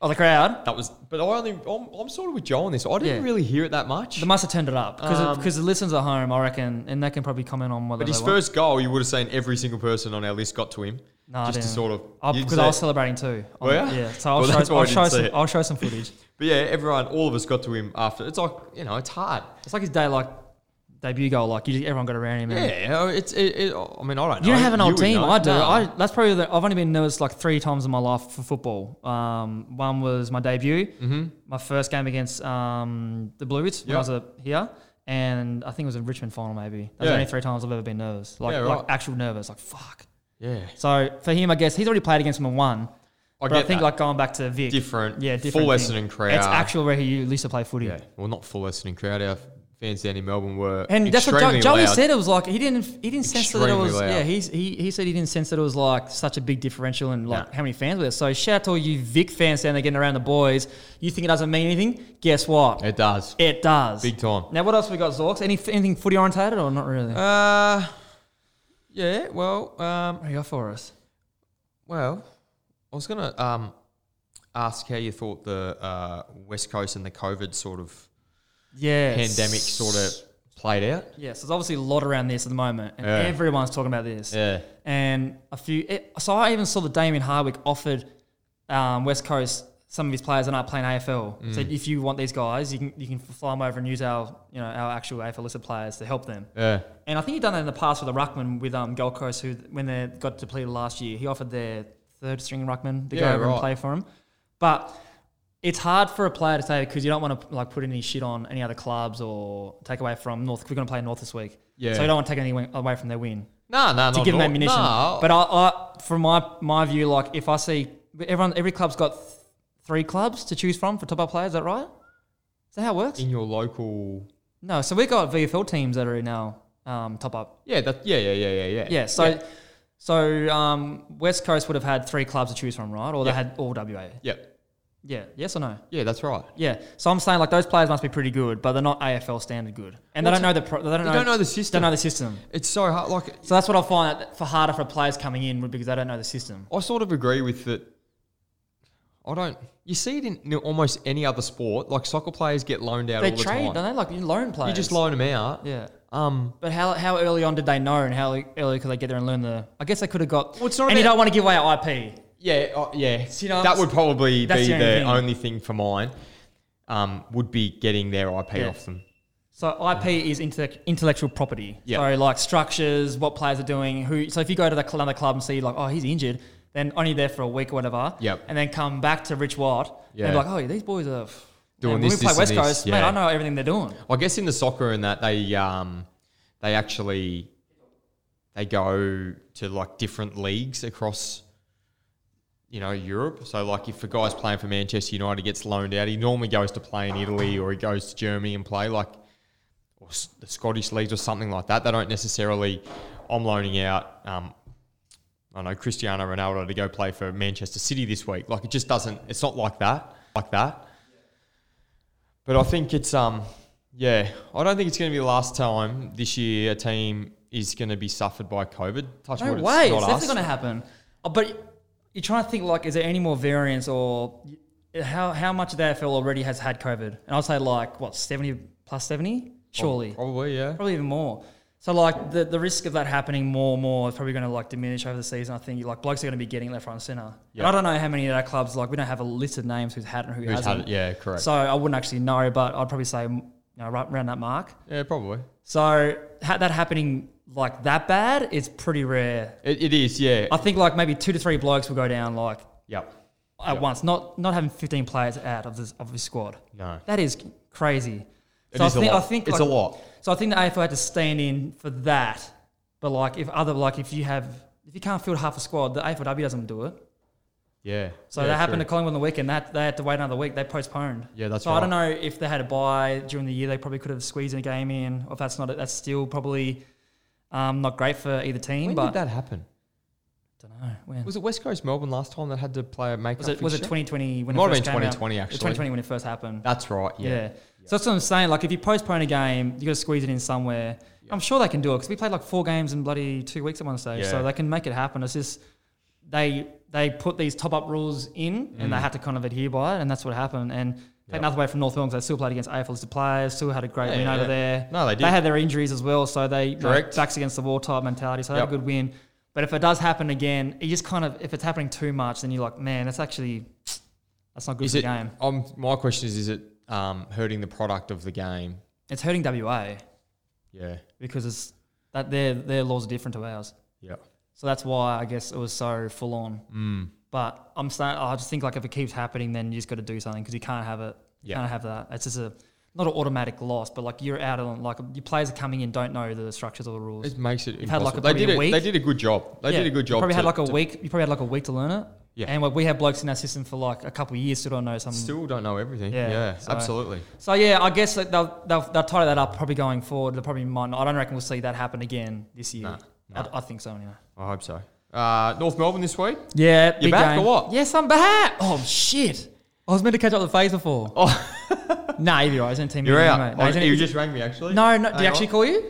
Speaker 2: Oh, the crowd.
Speaker 1: That was, but I only, I'm, I'm sort of with Joe on this. I didn't
Speaker 2: Yeah.
Speaker 1: really hear it that much.
Speaker 2: They must have turned it up because
Speaker 1: Um,
Speaker 2: the listeners at home, I reckon, and they can probably comment on whether
Speaker 1: but his
Speaker 2: they
Speaker 1: first goal, you would have seen every single person on our list got to him,
Speaker 2: want. No, I
Speaker 1: just to
Speaker 2: didn't.
Speaker 1: sort of.
Speaker 2: Oh,
Speaker 1: you'd
Speaker 2: because I was
Speaker 1: say-
Speaker 2: celebrating too.
Speaker 1: Were ya?
Speaker 2: Yeah, so I'll
Speaker 1: Well, that's
Speaker 2: show,
Speaker 1: why I
Speaker 2: I'll show
Speaker 1: didn't see
Speaker 2: some,
Speaker 1: it.
Speaker 2: I'll show some footage.
Speaker 1: but yeah, everyone, all of us got to him after. It's like you know, it's hard.
Speaker 2: It's like his day like debut goal. Like you, just- everyone got around him. and-
Speaker 1: Yeah, it's. It, it, I mean, I don't. know.
Speaker 2: You don't have an old
Speaker 1: would
Speaker 2: team.
Speaker 1: know.
Speaker 2: I do.
Speaker 1: No.
Speaker 2: I, that's probably the, I've only been nervous like three times in my life for football. Um, one was my debut, mm-hmm. my first game against um, the Blue Bloods when
Speaker 1: Yeah.
Speaker 2: I was uh, here, and I think it was a Richmond final maybe. That's
Speaker 1: Yeah.
Speaker 2: the only three times I've ever been nervous, like
Speaker 1: Yeah,
Speaker 2: like
Speaker 1: right.
Speaker 2: actual nervous, like fuck.
Speaker 1: yeah,
Speaker 2: So for him, I guess he's already played against him and won.
Speaker 1: I
Speaker 2: but I
Speaker 1: get
Speaker 2: think
Speaker 1: that.
Speaker 2: like going back to Vic,
Speaker 1: different.
Speaker 2: yeah, different
Speaker 1: Full
Speaker 2: thing.
Speaker 1: Essendon crowd.
Speaker 2: It's actual where he used to play footy.
Speaker 1: Yeah, well, not full Essendon crowd. Our fans down in Melbourne were
Speaker 2: And that's what
Speaker 1: extremely
Speaker 2: jo- Joey
Speaker 1: loud.
Speaker 2: said. It was like he didn't he didn't sense that it
Speaker 1: Extremely
Speaker 2: was
Speaker 1: loud.
Speaker 2: yeah. He's, he he said he didn't sense that it was like such a big differential and like
Speaker 1: Nah.
Speaker 2: how many fans were there. So shout out to all you Vic fans down there getting around the boys. You think it doesn't mean anything? Guess what? It,
Speaker 1: It does
Speaker 2: does.
Speaker 1: big time.
Speaker 2: Now what else we got, Zorks? Any anything footy orientated or not really?
Speaker 1: Uh, yeah. Well, um,
Speaker 2: what are you got for us?
Speaker 1: well, I was gonna um ask how you thought the uh, West Coast and the COVID sort of
Speaker 2: Yeah,
Speaker 1: pandemic sort of played out.
Speaker 2: Yes, there's obviously a lot around this at the moment, and
Speaker 1: Yeah.
Speaker 2: everyone's talking about this.
Speaker 1: Yeah.
Speaker 2: and a few. It, so I even saw that Damien Hardwick offered um, West Coast some of his players that aren't playing AFL.
Speaker 1: Mm.
Speaker 2: So if you want these guys, you can you can fly them over and use our you know our actual AFL listed players to help them.
Speaker 1: Yeah.
Speaker 2: And I think he'd done that in the past with the ruckman with um, Gold Coast, who when they got depleted last year, he offered their third string ruckman to
Speaker 1: Yeah,
Speaker 2: go over
Speaker 1: right.
Speaker 2: and play for him. But it's hard for a player to say because you don't want to like put any shit on any other clubs or take away from North. 'cause We're going to play North this week,
Speaker 1: Yeah.
Speaker 2: so you don't want to take anything away from their win
Speaker 1: No, Oh, no, not
Speaker 2: to give
Speaker 1: at
Speaker 2: them
Speaker 1: all.
Speaker 2: ammunition.
Speaker 1: No,
Speaker 2: But I, I, from my my view, like if I see everyone, every club's got th- three clubs to choose from for top up players. Is that right? Is that how it works?
Speaker 1: in your local.
Speaker 2: No, so we've got VFL teams that are now um, top up.
Speaker 1: Yeah, that. Yeah, yeah, yeah, yeah, yeah.
Speaker 2: Yeah. So, so um, West Coast would have had three clubs to choose from, right? Or they had all WA.
Speaker 1: Yeah,
Speaker 2: Yeah. Yes or no?
Speaker 1: yeah, that's right.
Speaker 2: Yeah. So I'm saying like those players must be pretty good, but they're not AFL standard good,
Speaker 1: What's-
Speaker 2: and they don't know the pro- they don't
Speaker 1: They
Speaker 2: know
Speaker 1: don't know the
Speaker 2: don't
Speaker 1: system.
Speaker 2: know the system.
Speaker 1: It's so hard. Like
Speaker 2: So that's what I find that for harder for players coming in because they don't know the system.
Speaker 1: I sort of agree with that. I don't. You see it in you know, almost any other sport. Like soccer players get loaned out
Speaker 2: They
Speaker 1: all the
Speaker 2: trade,
Speaker 1: time.
Speaker 2: don't they? Like you loan players.
Speaker 1: You just loan them out.
Speaker 2: Yeah.
Speaker 1: Um.
Speaker 2: But how, how early on did they know, and how early could they get there and learn the? I guess they could have got.
Speaker 1: Well, it's not
Speaker 2: and you
Speaker 1: about-
Speaker 2: don't want to give away our IP.
Speaker 1: Yeah. Uh, yeah.
Speaker 2: See, no,
Speaker 1: that would
Speaker 2: that's-
Speaker 1: probably be
Speaker 2: that's the
Speaker 1: the
Speaker 2: only thing.
Speaker 1: only thing for mine. Um. Would be getting their IP
Speaker 2: Yeah.
Speaker 1: off them.
Speaker 2: So IP is intellect, intellectual property.
Speaker 1: Yeah.
Speaker 2: So like structures, what players are doing, who. So if you go to the, cl- another club and see like, oh, he's injured, then only there for a week or whatever.
Speaker 1: Yep.
Speaker 2: And then come back to Rich Watt
Speaker 1: Yeah.
Speaker 2: and be like, oh, these boys are f-
Speaker 1: Doing
Speaker 2: man,
Speaker 1: this,
Speaker 2: When we play
Speaker 1: this,
Speaker 2: West
Speaker 1: and this,
Speaker 2: Coast, man,
Speaker 1: yeah.
Speaker 2: I know everything they're doing.
Speaker 1: I guess in the soccer and that they um they actually they go to like different leagues across you know Europe. So like if a guy's playing for Manchester United gets loaned out, he normally goes to play in Italy or he goes to Germany and play like or s- the Scottish leagues or something like that. They don't necessarily I'm loaning out um I know Cristiano Ronaldo to go play for Manchester City this week. Like it just doesn't it's not like that. Like that. But I think it's um yeah, I don't think it's going to be the last time this year a team is going to be suffered by COVID. Touch
Speaker 2: No
Speaker 1: wood, it's
Speaker 2: way. It's,
Speaker 1: not
Speaker 2: definitely
Speaker 1: us.
Speaker 2: going to happen. Uh, But you're trying to think like, is there any more variants or y- how how much of the AFL already has had COVID? And I'll say like what seventy plus seventy, surely,
Speaker 1: Probably, yeah.
Speaker 2: probably even more. So like the, the risk of that happening more and more is probably going to like diminish over the season. I think like blokes are going to be getting left, front, and center.
Speaker 1: Yeah.
Speaker 2: And I don't know how many of our clubs like we don't have a list of names who's had and who
Speaker 1: Who's had it?
Speaker 2: hasn't.
Speaker 1: Yeah, correct.
Speaker 2: So I wouldn't actually know, but I'd probably say you know, right around that mark.
Speaker 1: yeah, probably.
Speaker 2: So ha- that happening like that bad is pretty rare.
Speaker 1: It, it is, yeah.
Speaker 2: I think like maybe two to three blokes will go down like
Speaker 1: yep.
Speaker 2: at once. Not not having fifteen players out of this of his squad.
Speaker 1: No.
Speaker 2: That is crazy.
Speaker 1: It
Speaker 2: so
Speaker 1: is
Speaker 2: I think
Speaker 1: a lot.
Speaker 2: I think
Speaker 1: it's
Speaker 2: like-
Speaker 1: a lot.
Speaker 2: So I think the AFL had to stand in for that. But like if other like if you have if you can't field half a squad, the AFLW doesn't do it.
Speaker 1: Yeah.
Speaker 2: So
Speaker 1: yeah,
Speaker 2: that happened
Speaker 1: true.
Speaker 2: to Collingwood on the weekend. That they had to wait another week. They postponed.
Speaker 1: Yeah, that's
Speaker 2: so
Speaker 1: right.
Speaker 2: I don't know if they had a buy during the year. They probably could have squeezed in a game in. Or if that's not it, that's still probably um, not great for either team.
Speaker 1: When
Speaker 2: but
Speaker 1: did that happen?
Speaker 2: I don't know when.
Speaker 1: Was it West Coast Melbourne last time that had to play a make
Speaker 2: Was it was it 2020 when
Speaker 1: Might
Speaker 2: it
Speaker 1: have
Speaker 2: first
Speaker 1: been
Speaker 2: came out?
Speaker 1: 2020 actually.
Speaker 2: 2020 when it first happened.
Speaker 1: That's right, yeah.
Speaker 2: yeah. So that's what I'm saying. Like if you postpone a game, you got to squeeze it in somewhere. I'm sure they can do it because we played like four games in bloody two weeks at one stage,
Speaker 1: Yeah.
Speaker 2: so they can make it happen. It's just they they put these top up rules in
Speaker 1: Mm.
Speaker 2: and they had to kind of adhere by it, and that's what happened. And take nothing away from North Melbourne 'cause they still played against AFL listed players, still had a great
Speaker 1: Yeah,
Speaker 2: win
Speaker 1: yeah,
Speaker 2: over
Speaker 1: yeah.
Speaker 2: there.
Speaker 1: No, they did.
Speaker 2: They had their injuries as well, so they you know,
Speaker 1: Correct.
Speaker 2: backs against the wall type mentality, so they
Speaker 1: Yep.
Speaker 2: had a good win. But if it does happen again, it just kind of if it's happening too much, then you're like, man, that's actually that's not good
Speaker 1: Is
Speaker 2: for
Speaker 1: it,
Speaker 2: the game.
Speaker 1: um, my question is, is it um, hurting the product of the game?
Speaker 2: It's hurting WA.
Speaker 1: Yeah.
Speaker 2: because it's that their their laws are different to ours.
Speaker 1: Yeah.
Speaker 2: So that's why I guess it was so full on. Mm. But I'm saying I just think like if it keeps happening, then you just got to do something because you can't have it. You
Speaker 1: Yeah.
Speaker 2: can't have that. It's just a not an automatic loss, but like you're out on like your players are coming in, don't know the structures or the rules.
Speaker 1: It makes it
Speaker 2: had,
Speaker 1: impossible.
Speaker 2: like, a-
Speaker 1: they, did
Speaker 2: probably a
Speaker 1: it, they
Speaker 2: week.
Speaker 1: did a good job. They
Speaker 2: Yeah,
Speaker 1: did a good job.
Speaker 2: You probably had
Speaker 1: to-
Speaker 2: like a
Speaker 1: to-
Speaker 2: week. You probably had like a week to learn it.
Speaker 1: Yeah.
Speaker 2: And like we had blokes in our system for like a couple of years still don't know some.
Speaker 1: Still don't know everything. Yeah,
Speaker 2: Yeah, so-
Speaker 1: absolutely.
Speaker 2: So yeah, I guess that they'll, they'll they'll tidy that up probably going forward. They probably might. Not, I don't reckon we'll see that happen again this year.
Speaker 1: Nah,
Speaker 2: I, I think so anyway.
Speaker 1: I hope so. Uh, North Melbourne this week.
Speaker 2: Yeah, big
Speaker 1: back or
Speaker 2: game.
Speaker 1: what?
Speaker 2: Yes, I'm back. Oh shit! I was meant to catch up with FaZe before. Oh, (laughs) nah, you're right. He's in team.
Speaker 1: You're
Speaker 2: meeting,
Speaker 1: out.
Speaker 2: mate. No,
Speaker 1: I-
Speaker 2: he's in-
Speaker 1: you just rang me actually.
Speaker 2: no, no.
Speaker 1: Hang
Speaker 2: Did he actually
Speaker 1: on.
Speaker 2: call you?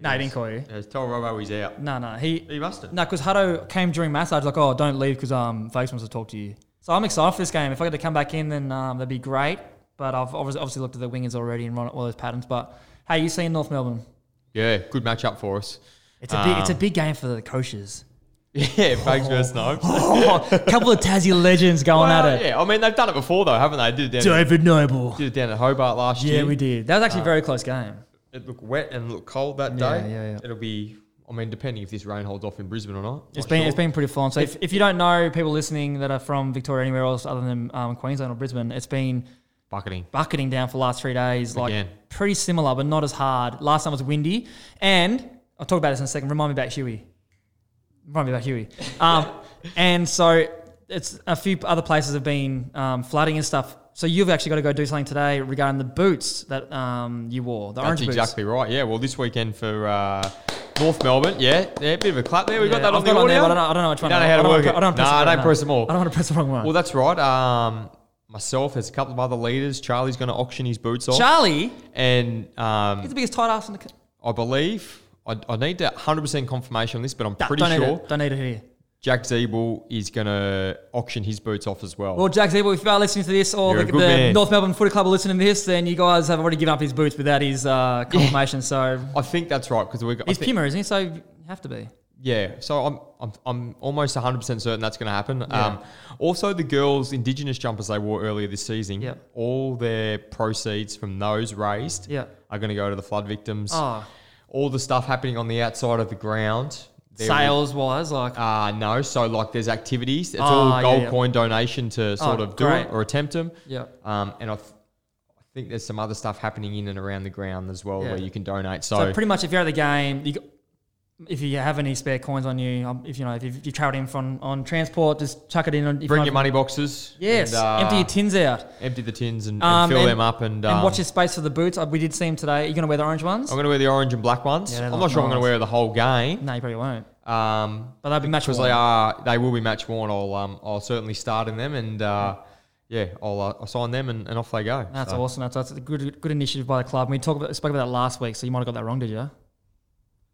Speaker 2: No, he didn't call you.
Speaker 1: Yeah, tell Robo he's out.
Speaker 2: No, no. He
Speaker 1: He must have.
Speaker 2: no, because Hutto came during massage. Like, oh, don't leave because um, FaZe wants to talk to you. So I'm excited for this game. If I get to come back in, then um, that'd be great. But I've obviously, obviously looked at the wingers already and run all those patterns. But hey, you seeing North Melbourne?
Speaker 1: Yeah, good matchup for us. (laughs) Ah.
Speaker 2: It's a big, it's a big game for the coaches. (laughs)
Speaker 1: Yeah, Fags versus Snopes.
Speaker 2: Oh, a couple of Tassie legends going
Speaker 1: Well,
Speaker 2: at it.
Speaker 1: Yeah, I mean they've done it before though, haven't they? Did it down,
Speaker 2: David Noble.
Speaker 1: did it down at Hobart last year.
Speaker 2: Yeah, we did. Uh, That was actually a very close game.
Speaker 1: It looked wet and looked cold that
Speaker 2: Yeah,
Speaker 1: day.
Speaker 2: yeah, yeah.
Speaker 1: It'll be. I mean, depending if this rain holds off in Brisbane or not.
Speaker 2: It's
Speaker 1: Not
Speaker 2: been
Speaker 1: sure.
Speaker 2: it's been pretty full on. So if, if you don't know people listening that are from Victoria anywhere else other than um, Queensland or Brisbane, it's been
Speaker 1: bucketing.
Speaker 2: bucketing down for the last three days. Like
Speaker 1: Again.
Speaker 2: pretty similar, but not as hard. Last time was windy, and I'll talk about this in a second. Remind me about Huey. Remind me
Speaker 1: (laughs)
Speaker 2: about Huey. Um, and so it's a few other places have been um, flooding and stuff. So you've actually got to go do something today regarding the boots that um, you wore, the
Speaker 1: That's
Speaker 2: orange boots.
Speaker 1: exactly right. Yeah. Well, this weekend for uh, North Melbourne. Yeah. Yeah. Bit of a clap there. We
Speaker 2: Yeah,
Speaker 1: got that
Speaker 2: I've
Speaker 1: on the
Speaker 2: there,
Speaker 1: audio.
Speaker 2: but I don't, know- I don't know which
Speaker 1: You
Speaker 2: one.
Speaker 1: don't know
Speaker 2: I
Speaker 1: how to
Speaker 2: wanna
Speaker 1: work
Speaker 2: pre-
Speaker 1: it.
Speaker 2: I don't wanna press
Speaker 1: Nah,
Speaker 2: the
Speaker 1: don't
Speaker 2: wrong
Speaker 1: press
Speaker 2: one.
Speaker 1: them all.
Speaker 2: I don't want to press the wrong one.
Speaker 1: Well, that's right. Um, myself, there's a couple of other leaders. Charlie's going to auction his boots off,
Speaker 2: Charlie,
Speaker 1: and um,
Speaker 2: he's the biggest tight ass in the. c-
Speaker 1: I believe I, I need to 100% confirmation on this, but I'm
Speaker 2: Nah,
Speaker 1: pretty
Speaker 2: don't
Speaker 1: sure
Speaker 2: Need it. Don't need it here.
Speaker 1: Jack Zeeble is going to auction his boots off as well.
Speaker 2: Well, Jack Zeeble, if you are listening to this or
Speaker 1: You're a
Speaker 2: the,
Speaker 1: good
Speaker 2: the
Speaker 1: man.
Speaker 2: North Melbourne Footy Club are listening to this, then you guys have already given up his boots without his uh,
Speaker 1: (laughs)
Speaker 2: confirmation. So
Speaker 1: I think that's right because we. I
Speaker 2: he's
Speaker 1: thi-
Speaker 2: Puma, isn't he? So you have to be.
Speaker 1: Yeah, so I'm I'm, I'm almost 100 percent certain that's going to happen.
Speaker 2: Yeah.
Speaker 1: Um, also, the girls' Indigenous jumpers they wore earlier this season,
Speaker 2: Yep.
Speaker 1: all their proceeds from those raised
Speaker 2: Yeah.
Speaker 1: are going to go to the flood victims.
Speaker 2: Oh,
Speaker 1: All the stuff happening on the outside of the ground. there will-
Speaker 2: sales wise, like
Speaker 1: Uh, no, so like there's activities. It's
Speaker 2: Ah,
Speaker 1: all
Speaker 2: yeah,
Speaker 1: gold
Speaker 2: yeah.
Speaker 1: coin donation to sort
Speaker 2: Oh,
Speaker 1: of do
Speaker 2: great.
Speaker 1: it or attempt them.
Speaker 2: yeah.
Speaker 1: Um, and I, th- I think there's some other stuff happening in and around the ground as well
Speaker 2: Yeah.
Speaker 1: where you can donate.
Speaker 2: So,
Speaker 1: So,
Speaker 2: pretty much, if you're at the game, you, g- if you have any spare coins on you, um, if you know if you've, you've travelled in from on transport, just chuck it in. On, if
Speaker 1: bring
Speaker 2: you
Speaker 1: your
Speaker 2: know-
Speaker 1: money boxes.
Speaker 2: Yes,
Speaker 1: and, uh,
Speaker 2: empty your tins out
Speaker 1: empty the tins and, and
Speaker 2: Um,
Speaker 1: fill
Speaker 2: and-
Speaker 1: them up and,
Speaker 2: and
Speaker 1: um,
Speaker 2: watch your space for the boots. Uh, we did see him today. Are you going to wear the orange ones?
Speaker 1: I'm going to wear the orange and black ones.
Speaker 2: Yeah, they
Speaker 1: I'm not
Speaker 2: look
Speaker 1: sure I'm going
Speaker 2: nice.
Speaker 1: to wear the whole game
Speaker 2: No, you probably won't.
Speaker 1: because
Speaker 2: But they'll be match
Speaker 1: they are they will be match worn. I'll um, I'll certainly start in them and uh, yeah I'll, uh, I'll sign them and, and off they go.
Speaker 2: That's
Speaker 1: So,
Speaker 2: awesome. That's, that's a good good initiative by the club. We talked about, spoke about that last week, so you might have got that wrong, did you?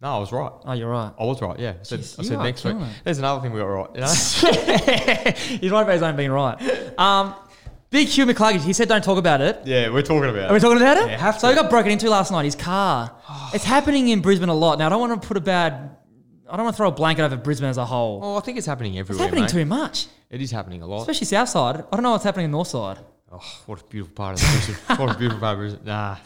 Speaker 1: No, I was right.
Speaker 2: Oh, you're right. (laughs)
Speaker 1: I was right. Yeah, I said,
Speaker 2: Jeez,
Speaker 1: I
Speaker 2: you
Speaker 1: said
Speaker 2: are
Speaker 1: next week.
Speaker 2: killing it.
Speaker 1: There's another thing we got right.
Speaker 2: (laughs)
Speaker 1: You know?
Speaker 2: He's right about his own being right. Um, big Hugh McCluggage, he said don't talk about it.
Speaker 1: yeah, we're talking about.
Speaker 2: Are we
Speaker 1: it.
Speaker 2: talking about it?
Speaker 1: Yeah, have
Speaker 2: so
Speaker 1: to.
Speaker 2: he got broken into last night,
Speaker 1: (sighs)
Speaker 2: his car. it's happening in Brisbane a lot. Now, I don't want to put a bad, I don't want to throw a blanket over Brisbane as a whole.
Speaker 1: oh, I think it's happening
Speaker 2: it's
Speaker 1: everywhere.
Speaker 2: happening
Speaker 1: mate.
Speaker 2: too much,
Speaker 1: It is happening a lot.
Speaker 2: especially south side. I don't know what's happening in north side.
Speaker 1: Oh, what a beautiful part of the
Speaker 2: (laughs)
Speaker 1: prison. what a beautiful part of prison. Nah.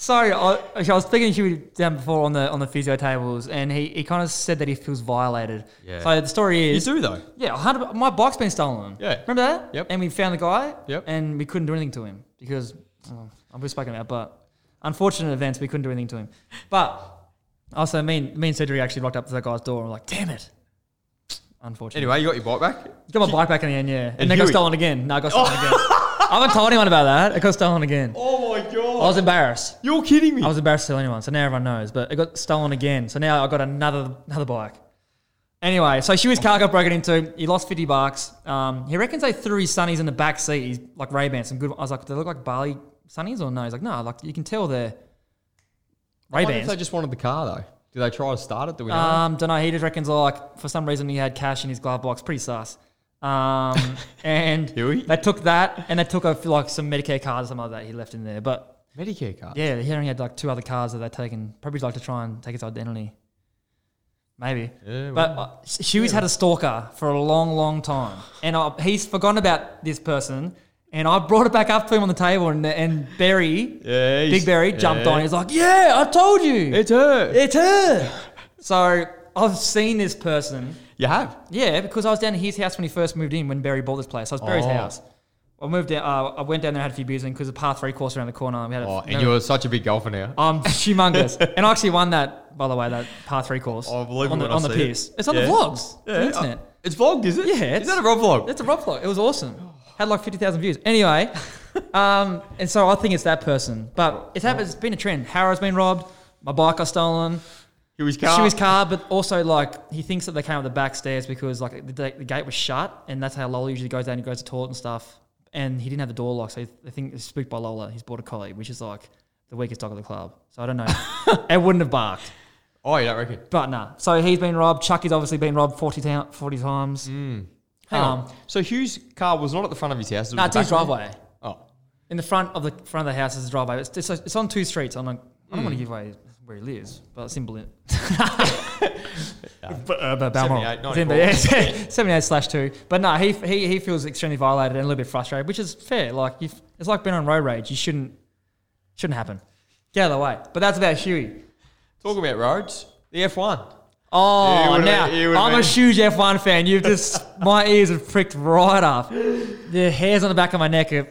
Speaker 2: Sorry, I, actually, I was speaking to you down before on the on the physio tables, and he, he kind of said that he feels violated.
Speaker 1: Yeah.
Speaker 2: So the story
Speaker 1: You
Speaker 2: is,
Speaker 1: do though.
Speaker 2: Yeah, 100, my bike's been stolen.
Speaker 1: Yeah.
Speaker 2: Remember that?
Speaker 1: Yep.
Speaker 2: And we found the guy.
Speaker 1: Yep.
Speaker 2: And we couldn't do anything to him because oh, I've been spoken about, but unfortunate events, we couldn't do anything to him. But also, me and, me and Cedric actually rocked up to that guy's door and we're like, damn it. Unfortunate.
Speaker 1: Anyway, you got your bike back.
Speaker 2: got my bike back in the end, yeah. And,
Speaker 1: And
Speaker 2: then got
Speaker 1: Huey-
Speaker 2: stolen again. No, it
Speaker 1: (laughs)
Speaker 2: got stolen again. I haven't told anyone about that. It got stolen again.
Speaker 1: Oh my
Speaker 2: I
Speaker 1: god.
Speaker 2: was embarrassed.
Speaker 1: You're kidding me.
Speaker 2: I was embarrassed to tell anyone, so now everyone knows. But it got stolen again, so now I got another another bike. Anyway, so Shuey's car got broken into. He lost fifty bucks. Um, he reckons they threw his sunnies in the back seat, he's like Ray Bans, some good. I was like, do they look like Bali sunnies or no? He's like, no, like you can tell
Speaker 1: I
Speaker 2: they're Ray
Speaker 1: wonder if
Speaker 2: Bans.
Speaker 1: they just wanted the car though. Did they try to start it? Do we know?
Speaker 2: Um, don't know. He just reckons like for some reason he had cash in his glove box. Pretty sus.
Speaker 1: (laughs)
Speaker 2: Um, and
Speaker 1: Huey?
Speaker 2: they took that and they took a, like some Medicare cards or something like that he left in there, but.
Speaker 1: Medicare card.
Speaker 2: Yeah, he only had like two other cars that they'd taken. Probably like to try and take his identity. Maybe.
Speaker 1: Yeah,
Speaker 2: but uh, Shuey's had a stalker for a long, long time. And I, he's forgotten about this person. And I brought it back up to him on the table. And, and Barry,
Speaker 1: Yeah, he's-
Speaker 2: Big Barry, jumped
Speaker 1: yeah.
Speaker 2: on. He's like, Yeah, I told you.
Speaker 1: It's her.
Speaker 2: It's her. so I've seen this person.
Speaker 1: you have.
Speaker 2: Yeah, because I was down at his house when he first moved in when Barry bought this place. I was at Barry's
Speaker 1: Oh.
Speaker 2: house. I moved down. Uh, I went down there and had a few beers in because the path three course around the corner. We had a,
Speaker 1: Oh,
Speaker 2: no-
Speaker 1: and you're such a big golfer now. (laughs)
Speaker 2: um, humongous. and I actually won that, by the way, that par three course.
Speaker 1: I Oh, believe it
Speaker 2: on the,
Speaker 1: when I
Speaker 2: on the
Speaker 1: see it.
Speaker 2: piece. It's on
Speaker 1: Yeah.
Speaker 2: the vlogs. Yeah,
Speaker 1: Yeah,
Speaker 2: the internet.
Speaker 1: uh, it's vlogged, is it?
Speaker 2: Yeah,
Speaker 1: Is
Speaker 2: it's-
Speaker 1: that a Rob vlog?
Speaker 2: it's a Rob vlog. It was awesome. Had like 50,000 views.
Speaker 1: (laughs)
Speaker 2: Anyway, um, and so I think it's that person. But it's happened. It's been a trend. Harrow's been robbed. My bike got stolen.
Speaker 1: Here was
Speaker 2: She
Speaker 1: car.
Speaker 2: was car, but also like he thinks that they came up the back stairs because like the, the gate was shut, and that's how Lola usually goes down and goes to toilet and stuff. And he didn't have the door locked, so I think it's spooked by Lola. He's bought a collie, which is like the weakest dog of the club. So I
Speaker 1: (laughs)
Speaker 2: don't know. it wouldn't have barked.
Speaker 1: Oh, you don't reckon?
Speaker 2: But nah. So he's been robbed. Chucky's obviously been robbed 40, ta- 40 times.
Speaker 1: Hmm. Hang
Speaker 2: Um,
Speaker 1: on. So Hugh's car was not at the front of his house. it was
Speaker 2: Nah,
Speaker 1: the
Speaker 2: it's his
Speaker 1: back of
Speaker 2: driveway.
Speaker 1: it? Oh,
Speaker 2: In the front of the front of the house is his driveway. It's, it's, it's on two streets. On a, I don't want
Speaker 1: Hmm.
Speaker 2: to give away where he lives, but it's in (laughs) Berlin. but, uh, but Balmoral.
Speaker 1: 78,
Speaker 2: It's in-
Speaker 1: 94.
Speaker 2: yeah, (laughs) 78 slash 2. But no, he, he, he feels extremely violated and a little bit frustrated, which is fair. Like you It's like being on road rage. You shouldn't, shouldn't happen. Get out of the way. But that's about Huey.
Speaker 1: Talk about roads. The F1. He
Speaker 2: Oh,
Speaker 1: would've
Speaker 2: now
Speaker 1: been- he would've
Speaker 2: I'm a
Speaker 1: been-
Speaker 2: huge F1 fan. You've
Speaker 1: (laughs)
Speaker 2: just my ears have pricked right up. The hairs on the back of my neck. Are,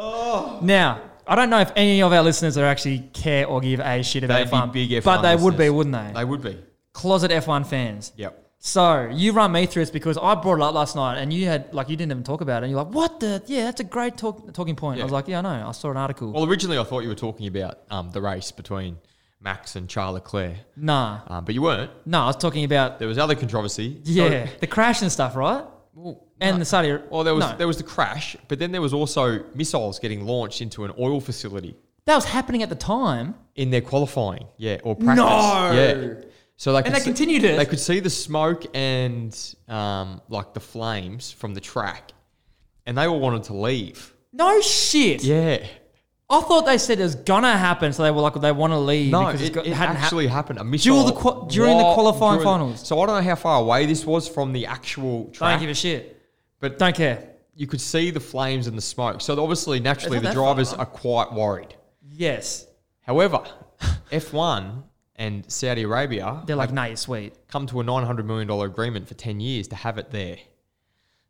Speaker 1: Oh.
Speaker 2: now I don't know if any of our listeners are actually care or give a shit about
Speaker 1: They'd be
Speaker 2: F1,
Speaker 1: big F1
Speaker 2: but they would be,
Speaker 1: listeners.
Speaker 2: wouldn't they?
Speaker 1: They would be.
Speaker 2: Closet F1 fans.
Speaker 1: Yep.
Speaker 2: So you run me through this because I brought it up last night, and you had like you didn't even talk about it. And you're like, "What the? Yeah, that's a great talk, talking point." I
Speaker 1: Yeah.
Speaker 2: was like, "Yeah, I know. I saw an article."
Speaker 1: Well, originally I thought you were talking about um, the race between Max and Charles Leclerc,
Speaker 2: nah,
Speaker 1: um, but you weren't.
Speaker 2: no, I was talking about
Speaker 1: There was other controversy. So-
Speaker 2: yeah the crash and stuff, right? and the Saudi.
Speaker 1: well, there was
Speaker 2: no.
Speaker 1: there was the crash, but then there was also missiles getting launched into an oil facility
Speaker 2: that was happening at the time.
Speaker 1: in their qualifying, yeah, or practice.
Speaker 2: No.
Speaker 1: Yeah. So they could
Speaker 2: they
Speaker 1: see-
Speaker 2: continued it.
Speaker 1: They could see the smoke and um, like the flames from the track, and they all wanted to leave.
Speaker 2: No shit.
Speaker 1: Yeah.
Speaker 2: I thought they said it was gonna happen, so they were like they want to leave
Speaker 1: No,
Speaker 2: because
Speaker 1: it,
Speaker 2: it's got-
Speaker 1: it
Speaker 2: hadn't hap-
Speaker 1: actually happened. A missile
Speaker 2: the qua- during the
Speaker 1: wa-
Speaker 2: qualifying
Speaker 1: during the-
Speaker 2: finals.
Speaker 1: so I don't know how far away this was from the actual track.
Speaker 2: Don't give a shit.
Speaker 1: But-
Speaker 2: don't care.
Speaker 1: you could see the flames and the smoke. So obviously, naturally,
Speaker 2: It's
Speaker 1: the
Speaker 2: not that far,
Speaker 1: drivers are quite worried.
Speaker 2: Yes,
Speaker 1: However, (laughs) F1 and Saudi Arabia
Speaker 2: they're like, nah, you're sweet.
Speaker 1: come to a nine hundred million dollar agreement for ten years to have it there.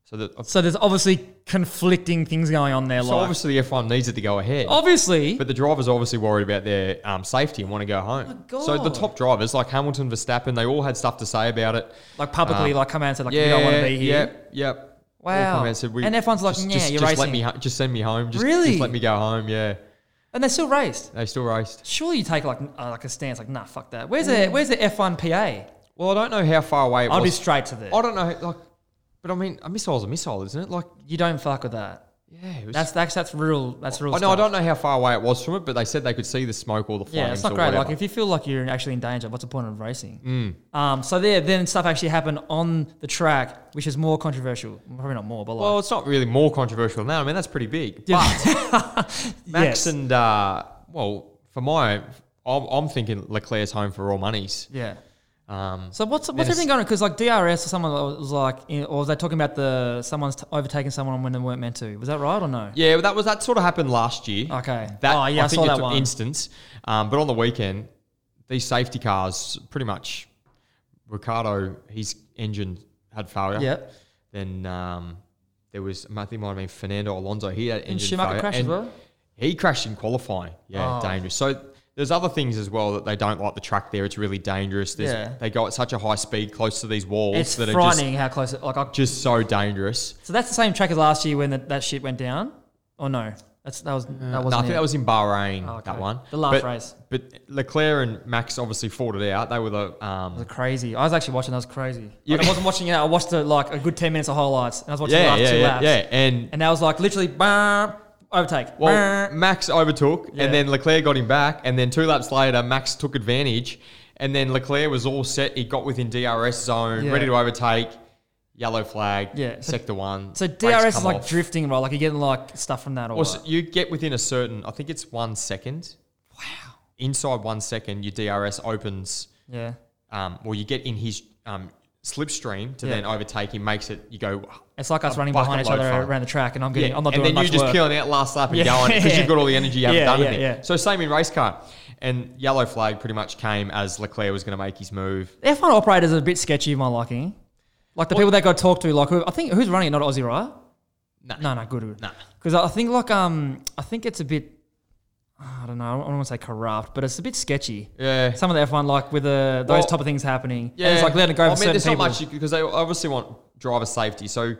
Speaker 1: So that so
Speaker 2: So there's obviously conflicting things going on there. like,
Speaker 1: obviously F1 needs it to go ahead.
Speaker 2: Oh. obviously,
Speaker 1: But the drivers are obviously worried about their um, safety and want to go home.
Speaker 2: my
Speaker 1: So the
Speaker 2: God.
Speaker 1: top drivers like Hamilton, Verstappen, they all had stuff to say about it.
Speaker 2: like publicly,
Speaker 1: um,
Speaker 2: like come out and say like
Speaker 1: yeah,
Speaker 2: you don't want to be here.
Speaker 1: Yep, yep. All
Speaker 2: Wow.
Speaker 1: come out said, we-
Speaker 2: And F1's like,
Speaker 1: just,
Speaker 2: "Yeah,
Speaker 1: just,
Speaker 2: you're
Speaker 1: just let
Speaker 2: racing."
Speaker 1: me, ho- just send me home. Just,
Speaker 2: Really?
Speaker 1: just let me go home. Yeah,
Speaker 2: and they still raced.
Speaker 1: they still raced.
Speaker 2: Surely you take like uh, like a stance, like nah, fuck that. Where's the where's the F1 PA?
Speaker 1: Well, I don't know how far away it
Speaker 2: I'll be
Speaker 1: was.
Speaker 2: straight to there.
Speaker 1: I don't know, like, but I mean, a missile's a missile, isn't it? Like,
Speaker 2: You don't fuck with that.
Speaker 1: yeah, it was.
Speaker 2: That's that's that's real. That's real.
Speaker 1: I know, I don't
Speaker 2: stuff.
Speaker 1: know how far away it was from it, but they said they could see the smoke or the flames.
Speaker 2: Yeah, it's not
Speaker 1: or
Speaker 2: great.
Speaker 1: Whatever. Mm.
Speaker 2: Like if you feel like you're actually in danger, what's the point of racing? Um, so there, then stuff actually happened on the track, which is more controversial. Probably not more, but like
Speaker 1: well, it's not really more controversial now. I mean, that's pretty big. But Max
Speaker 2: (laughs) Yes.
Speaker 1: and uh, well, for my, I'm, I'm thinking Leclerc's home for all monies.
Speaker 2: yeah.
Speaker 1: Um,
Speaker 2: So what's what's
Speaker 1: it's-
Speaker 2: everything going on? Because like DRS or someone was like, you know, or was they talking about the someone's t- overtaking someone when they weren't meant to? Was that right or no?
Speaker 1: yeah, but that was that sort of happened last year.
Speaker 2: Okay.
Speaker 1: That,
Speaker 2: oh yeah, I,
Speaker 1: I think
Speaker 2: saw
Speaker 1: it's
Speaker 2: that
Speaker 1: an
Speaker 2: one.
Speaker 1: instance. Um, but on the weekend, these safety cars pretty much Ricardo, his engine had failure.
Speaker 2: Yep.
Speaker 1: Then um, there was I think it might have been Fernando Alonso. He had engine
Speaker 2: And Schumacher
Speaker 1: failure,
Speaker 2: crashed as
Speaker 1: and
Speaker 2: well?
Speaker 1: He crashed in qualifying. Yeah,
Speaker 2: Oh.
Speaker 1: dangerous. So there's other things as well that they don't like the track there. It's really dangerous. There's,
Speaker 2: Yeah.
Speaker 1: They go at such a high speed close to these walls
Speaker 2: It's
Speaker 1: that are just,
Speaker 2: frightening how close. It, like, I,
Speaker 1: just so dangerous.
Speaker 2: so that's the same track as last year when that that shit went down, or no? That's that was that wasn't.
Speaker 1: no, Uh, I think
Speaker 2: it.
Speaker 1: that was in Bahrain.
Speaker 2: Oh, okay.
Speaker 1: That one,
Speaker 2: The last
Speaker 1: but,
Speaker 2: race.
Speaker 1: But Leclerc and Max obviously fought it out. They were the um,
Speaker 2: It was crazy. I was actually watching. That was crazy.
Speaker 1: Yeah.
Speaker 2: Like, I wasn't watching it. I watched it like a good ten minutes of highlights, and I was watching the
Speaker 1: yeah,
Speaker 2: last
Speaker 1: yeah,
Speaker 2: two
Speaker 1: yeah,
Speaker 2: laps.
Speaker 1: yeah. And
Speaker 2: And that was like literally, bah, overtake.
Speaker 1: well,
Speaker 2: bah.
Speaker 1: Max overtook,
Speaker 2: Yeah.
Speaker 1: and then Leclerc got him back, and then two laps later, Max took advantage, and then Leclerc was all set. He got within DRS zone,
Speaker 2: Yeah.
Speaker 1: ready to overtake. Yellow flag.
Speaker 2: Yeah, so-
Speaker 1: sector one.
Speaker 2: so
Speaker 1: brakes
Speaker 2: DRS is
Speaker 1: come
Speaker 2: like
Speaker 1: off.
Speaker 2: drifting, right? Like you're getting like stuff from that. Or
Speaker 1: Well, so you get within a certain. I think it's one second. Wow. Inside one second, your DRS opens.
Speaker 2: yeah.
Speaker 1: um, well, you get in his um, slipstream to
Speaker 2: Yeah.
Speaker 1: then overtake him, makes it, you go,
Speaker 2: It's like us running
Speaker 1: bucket
Speaker 2: behind each
Speaker 1: load
Speaker 2: other
Speaker 1: fun.
Speaker 2: around the track, and I'm getting, I'm not
Speaker 1: and then
Speaker 2: doing much
Speaker 1: you're just
Speaker 2: work.
Speaker 1: killing out last lap and
Speaker 2: Yeah.
Speaker 1: going because you've got all the energy you haven't
Speaker 2: (laughs) Yeah,
Speaker 1: done
Speaker 2: yeah,
Speaker 1: anything.
Speaker 2: yeah.
Speaker 1: So same in race car, and yellow flag pretty much came as Leclerc was going to make his move.
Speaker 2: F1 operators are a bit sketchy, of my liking. Like the people that got talked to, like who, I think who's running it, not Aussie, right?
Speaker 1: Nah.
Speaker 2: No, no, good, good.
Speaker 1: Nah.
Speaker 2: Because I think like um, I think it's a bit, I don't know, I don't want to say corrupt, but it's a bit sketchy.
Speaker 1: Yeah.
Speaker 2: Some of the F1 like with the, those
Speaker 1: Well,
Speaker 2: type of things happening.
Speaker 1: Yeah,
Speaker 2: and it's like letting it go
Speaker 1: I
Speaker 2: for
Speaker 1: mean,
Speaker 2: certain
Speaker 1: there's
Speaker 2: people.
Speaker 1: not much because they obviously want driver safety. So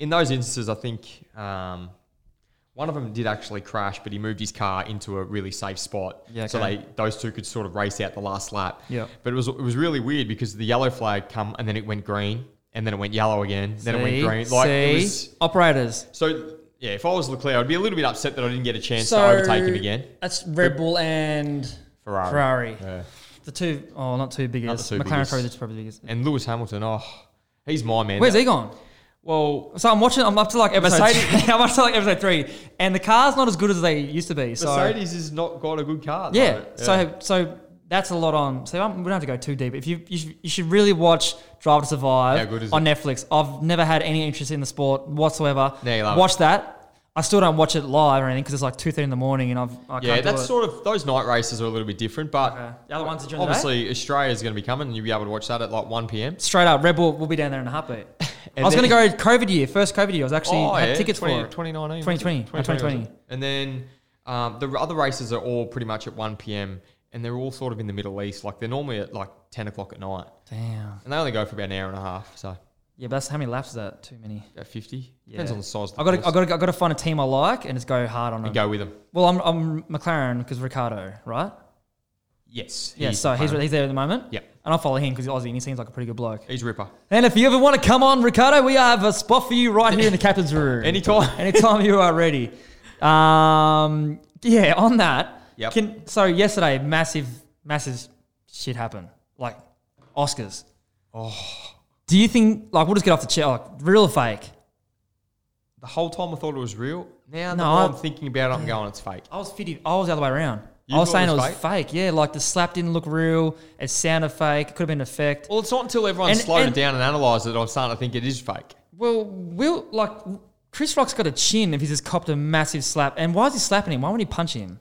Speaker 1: in those instances, I think um, one of them did actually crash, but he moved his car into a really safe spot.
Speaker 2: Yeah,
Speaker 1: So
Speaker 2: okay.
Speaker 1: they those two could sort of race out the last lap.
Speaker 2: Yeah.
Speaker 1: But it was it was really weird because the yellow flag come and then it went green and then it went yellow again. Then it went green. Like it
Speaker 2: See?
Speaker 1: was
Speaker 2: operators.
Speaker 1: so. Yeah, if I was Leclerc, I'd be a little bit upset that I didn't get a chance
Speaker 2: So
Speaker 1: to overtake him again.
Speaker 2: That's Red Bull and
Speaker 1: Ferrari.
Speaker 2: Ferrari.
Speaker 1: Yeah.
Speaker 2: The two, oh, not two biggest.
Speaker 1: two
Speaker 2: McLaren
Speaker 1: biggest.
Speaker 2: probably the two probably biggest.
Speaker 1: And Lewis Hamilton, oh, he's my man.
Speaker 2: Where's he gone?
Speaker 1: Well,
Speaker 2: So I'm watching. I'm up to like episode.
Speaker 1: Mercedes-
Speaker 2: (laughs) I'm up to like episode three, and the car's not as good as they used to be. So
Speaker 1: Mercedes has not got a good car.
Speaker 2: yeah,
Speaker 1: though.
Speaker 2: So so that's a lot on. So I'm, we don't have to go too deep. If you you, should- you should really watch Drive to Survive
Speaker 1: How good is
Speaker 2: on Netflix. I've never had any interest in the sport whatsoever.
Speaker 1: No, you love
Speaker 2: watch that. I still don't watch it live or anything because it's like two thirty in the morning, and I've I
Speaker 1: yeah,
Speaker 2: can't do
Speaker 1: that's
Speaker 2: it.
Speaker 1: sort of those night races are a little bit different, but
Speaker 2: Okay. The other ones are during the day?
Speaker 1: obviously Australia's going to be coming, and you'll be able to watch that at like one p.m.
Speaker 2: Straight up, Red Bull will be down there in a heartbeat. I
Speaker 1: (laughs) And
Speaker 2: was going to
Speaker 1: then-
Speaker 2: go COVID year, first COVID year. I was actually had
Speaker 1: Oh, yeah,
Speaker 2: tickets
Speaker 1: 20
Speaker 2: for it.
Speaker 1: 2019,
Speaker 2: 2020,
Speaker 1: wasn't it?
Speaker 2: uh, 2020.
Speaker 1: wasn't it? And then um, the other races are all pretty much at one p.m. and they're all sort of in the Middle East. Like they're normally at like ten o'clock at night,
Speaker 2: Damn.
Speaker 1: and they only go for about an hour and a half, so
Speaker 2: Yeah, but that's how many laps is that? Too many.
Speaker 1: about fifty. Depends
Speaker 2: Yeah.
Speaker 1: on the size. Of the
Speaker 2: I got to
Speaker 1: course.
Speaker 2: I got to I got to find a team I like and just go hard on
Speaker 1: and
Speaker 2: them.
Speaker 1: go with them.
Speaker 2: Well, I'm I'm McLaren because Ricardo, right?
Speaker 1: Yes.
Speaker 2: Yeah, so he's,
Speaker 1: fine.
Speaker 2: he's there at the moment.
Speaker 1: Yep.
Speaker 2: And I'll follow him because he's Aussie and he seems like a pretty good bloke.
Speaker 1: he's ripper.
Speaker 2: And if you ever want to come on, Ricardo, we have a spot for you right here in the captain's (laughs) room.
Speaker 1: Anytime. (laughs)
Speaker 2: Anytime you are ready. Um, yeah, on that.
Speaker 1: Yep.
Speaker 2: Can, so yesterday, massive, massive shit happened. Like Oscars. Oh. Do you think, like, we'll just get off the chair, like, real or fake?
Speaker 1: The whole time I thought it was real. Now the
Speaker 2: No,
Speaker 1: more
Speaker 2: I-
Speaker 1: I'm thinking about it, I'm going, it's fake.
Speaker 2: I was 50. I was the other way around.
Speaker 1: You
Speaker 2: I was
Speaker 1: thought
Speaker 2: saying it was, fake. Yeah, like the slap didn't look real. It sounded fake. It could have been an effect.
Speaker 1: Well, it's not until everyone
Speaker 2: And-
Speaker 1: slowed
Speaker 2: and-
Speaker 1: it down and analysed it, I'm starting to think it is fake.
Speaker 2: Well, Will, like, Chris Rock's got a chin if he's just copped a massive slap. And why is he slapping him? Why wouldn't he punch him?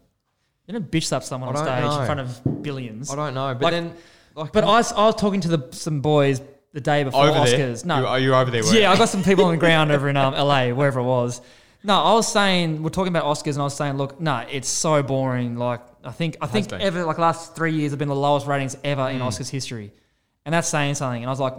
Speaker 2: You don't bitch slap someone on
Speaker 1: I don't
Speaker 2: stage
Speaker 1: know.
Speaker 2: in front of billions.
Speaker 1: I don't know, but
Speaker 2: Like-
Speaker 1: then, like,
Speaker 2: But I, s- I was talking to the, some boys the day before
Speaker 1: over
Speaker 2: Oscars.
Speaker 1: there,
Speaker 2: No,
Speaker 1: you, are you over there? were
Speaker 2: yeah,
Speaker 1: you?
Speaker 2: I got some people on the ground over
Speaker 1: (laughs)
Speaker 2: in um, LA, wherever it was. No, I was saying we're talking about Oscars, and I was saying, look, no, it's so boring. Like, I think I think
Speaker 1: been. Mm.
Speaker 2: ever like last three years have been the lowest ratings ever in Oscars history, and that's saying something. And I was like,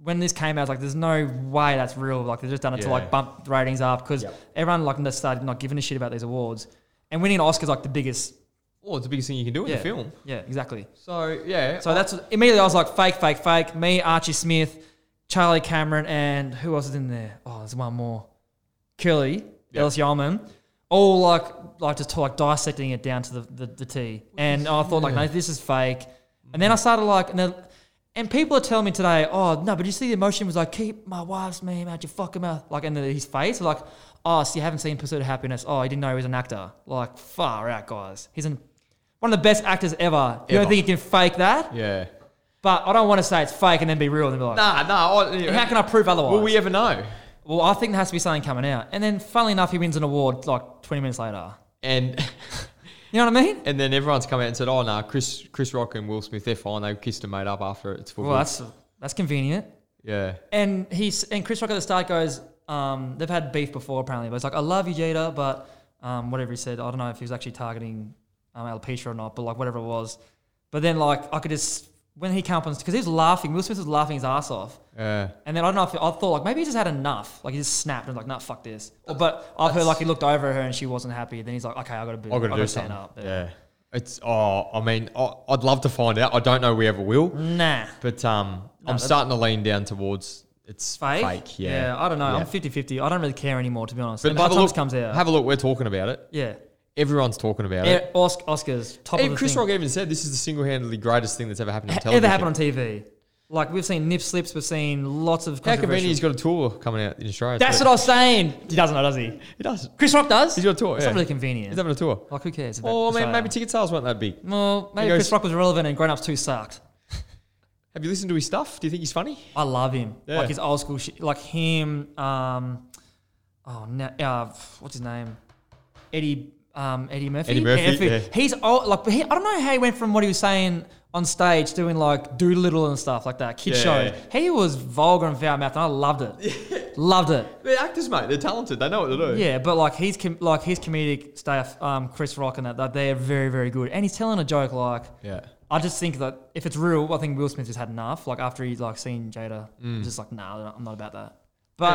Speaker 2: when this came out, I was like, there's no way that's real. Like, they've just done it to
Speaker 1: Yeah.
Speaker 2: like bump the ratings up because
Speaker 1: Yep.
Speaker 2: everyone like just started not giving a shit about these awards, and winning an Oscars like the biggest
Speaker 1: Well, Oh, it's the biggest thing you can do in
Speaker 2: yeah,
Speaker 1: the film.
Speaker 2: Yeah, exactly.
Speaker 1: So yeah,
Speaker 2: So that's immediately I was like, fake, fake, fake. Me, Archie Smith, Charlie Cameron, and who else is in there? Oh, there's one more. Curly,
Speaker 1: Yeah.
Speaker 2: Ellis Yeoman. All like like just like dissecting it down to the, the, the T. And I thought like, no, this is fake. And then I started like and then and people are telling me today, oh no, but you see the emotion was like, keep my wife's name out your fucking mouth. Like and then his face, like, oh, so you haven't seen Pursuit of Happiness. Oh, you didn't know he was an actor. Like, far out, guys. He's an one of the best actors ever. You
Speaker 1: Ever.
Speaker 2: don't think you can fake that?
Speaker 1: yeah.
Speaker 2: But I don't want to say it's fake and then be real and then be like,
Speaker 1: Nah, nah. I,
Speaker 2: "And how can I prove otherwise?
Speaker 1: Will we ever know?
Speaker 2: well, I think there has to be something coming out. And then, funnily enough, he wins an award like 20 minutes later.
Speaker 1: And (laughs)
Speaker 2: You know what I mean?
Speaker 1: and then everyone's come out and said, "Oh no, Chris Chris Rock and Will Smith, they're fine. They kissed and made up after it. It's football."
Speaker 2: Well, that's that's convenient.
Speaker 1: yeah.
Speaker 2: And he's and Chris Rock at the start goes, um, they've had beef before apparently, but it's like, I love you, Jada, but um, whatever he said, I don't know if he was actually targeting um, alopecia or not, but like whatever it was. But then like I could just when he came up on because he was laughing, Will Smith was laughing his ass off.
Speaker 1: Yeah.
Speaker 2: And then I don't know if I thought like maybe he just had enough, like he just snapped and was like, "Nah, fuck this." Or, but I've heard like he looked over at her and she wasn't happy. Then he's like, "Okay, I got to be,
Speaker 1: I got to do
Speaker 2: stand
Speaker 1: something.
Speaker 2: up."
Speaker 1: yeah. It's oh, I mean, I, I'd love to find out. I don't know we ever will,
Speaker 2: Nah,
Speaker 1: but um, I'm
Speaker 2: that's-
Speaker 1: starting to lean down towards it's
Speaker 2: fake.
Speaker 1: fake. yeah.
Speaker 2: I don't know.
Speaker 1: Yeah.
Speaker 2: I'm 50-50. I don't really care anymore, to be honest.
Speaker 1: But
Speaker 2: and by
Speaker 1: have a
Speaker 2: the time this
Speaker 1: look.
Speaker 2: comes out,
Speaker 1: Have a look. We're talking about it.
Speaker 2: yeah,
Speaker 1: Everyone's talking about it.
Speaker 2: Eh, Os- Oscars top of
Speaker 1: Even
Speaker 2: the
Speaker 1: Chris
Speaker 2: thing.
Speaker 1: Rock even said this is the single-handedly greatest thing that's ever happened on television.
Speaker 2: ever happened on TV. Like we've seen nip slips, we've seen lots of
Speaker 1: How convenient he's got
Speaker 2: controversial.
Speaker 1: a tour coming out in Australia.
Speaker 2: That's what I was saying. He doesn't know, does he?
Speaker 1: He does.
Speaker 2: Chris Rock does.
Speaker 1: He's got a tour.
Speaker 2: It's
Speaker 1: yeah.
Speaker 2: not really convenient. uh,
Speaker 1: He's having a tour.
Speaker 2: like who cares? about
Speaker 1: Oh, I mean,
Speaker 2: Australia?
Speaker 1: maybe ticket sales weren't that big.
Speaker 2: Well, maybe
Speaker 1: goes-
Speaker 2: Chris Rock was relevant and Grown Ups Two sucked.
Speaker 1: Have you listened to his stuff? Do you think he's funny?
Speaker 2: I love him.
Speaker 1: Yeah.
Speaker 2: Like his old school shit. Like him. Um, oh, no, uh, what's his name? Eddie. Um, Eddie Murphy.
Speaker 1: Eddie Murphy, yeah.
Speaker 2: He's old. Like he, I don't know how he went from what he was saying on stage, doing like Doolittle and stuff like that, kid
Speaker 1: Yeah.
Speaker 2: shows. He was vulgar and foul mouthed, and I loved
Speaker 1: (laughs)
Speaker 2: it. loved it.
Speaker 1: They're actors, mate. They're talented. They know what to do.
Speaker 2: Yeah, but like he's com- like his comedic staff, um, Chris Rock and that, that they're very very good, and he's telling a joke like.
Speaker 1: Yeah.
Speaker 2: I just think that if it's real, I think Will Smith has had enough. Like after he's like seen Jada, he's just like, nah, I'm not about that. But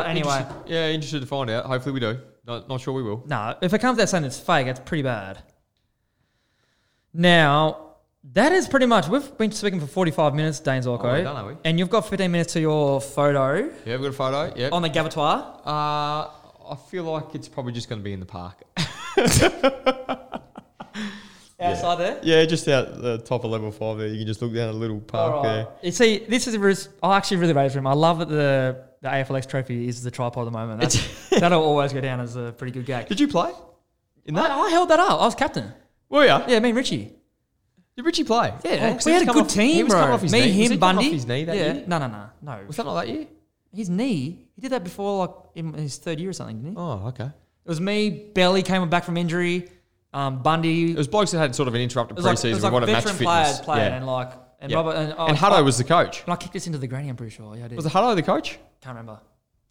Speaker 1: Yeah,
Speaker 2: Uh, anyway,
Speaker 1: interested- yeah, interested to find out. Hopefully we do. Not, not sure we will.
Speaker 2: no, if it comes to that saying it's fake, it's pretty bad. Now, that is pretty much. We've been speaking for 45 minutes, Dane Zorko,
Speaker 1: we're done, are we?
Speaker 2: and you've got 15 minutes to your photo
Speaker 1: Yeah, we've got a photo. Yeah.
Speaker 2: on the gavatoire.
Speaker 1: Uh, I feel like it's probably just going to be in the park.
Speaker 2: Our
Speaker 1: Yeah.
Speaker 2: outside there?
Speaker 1: (laughs) Yeah, just out the top of level five there. You can just look down a little park
Speaker 2: All
Speaker 1: there.
Speaker 2: right. You see, this is a res- I actually really rate him. I love that the the AFLX trophy is the tripod at the moment. That's, that'll always go down as a pretty good gag.
Speaker 1: Did you play? In that?
Speaker 2: I, I held that up. I was captain.
Speaker 1: Well, yeah.
Speaker 2: Yeah, me and Richie.
Speaker 1: Did Richie play?
Speaker 2: Yeah,
Speaker 1: 'cause
Speaker 2: we
Speaker 1: he
Speaker 2: had
Speaker 1: was coming
Speaker 2: a good
Speaker 1: off-
Speaker 2: team,
Speaker 1: he was
Speaker 2: bro.
Speaker 1: coming off his
Speaker 2: me,
Speaker 1: knee. Was
Speaker 2: him,
Speaker 1: he coming
Speaker 2: Bundy.
Speaker 1: off his knee that
Speaker 2: yeah,
Speaker 1: year?
Speaker 2: no, no, no, no.
Speaker 1: Was that not that year?
Speaker 2: His knee. He did that before, like in his third year or something, didn't he?
Speaker 1: Oh, okay.
Speaker 2: It was me. Belly came back from injury. Um, Bundy.
Speaker 1: It was blokes that had sort of an interrupted
Speaker 2: it was like, it
Speaker 1: preseason.
Speaker 2: was
Speaker 1: We
Speaker 2: like
Speaker 1: wanted match
Speaker 2: veteran
Speaker 1: fitness.
Speaker 2: players playing
Speaker 1: yeah.
Speaker 2: and like and
Speaker 1: Yeah.
Speaker 2: Robert and, oh,
Speaker 1: and Hutto was the coach.
Speaker 2: And I kicked this into the granny. I'm pretty sure. Yeah, I did.
Speaker 1: Was it Hutto the coach?
Speaker 2: Can't remember.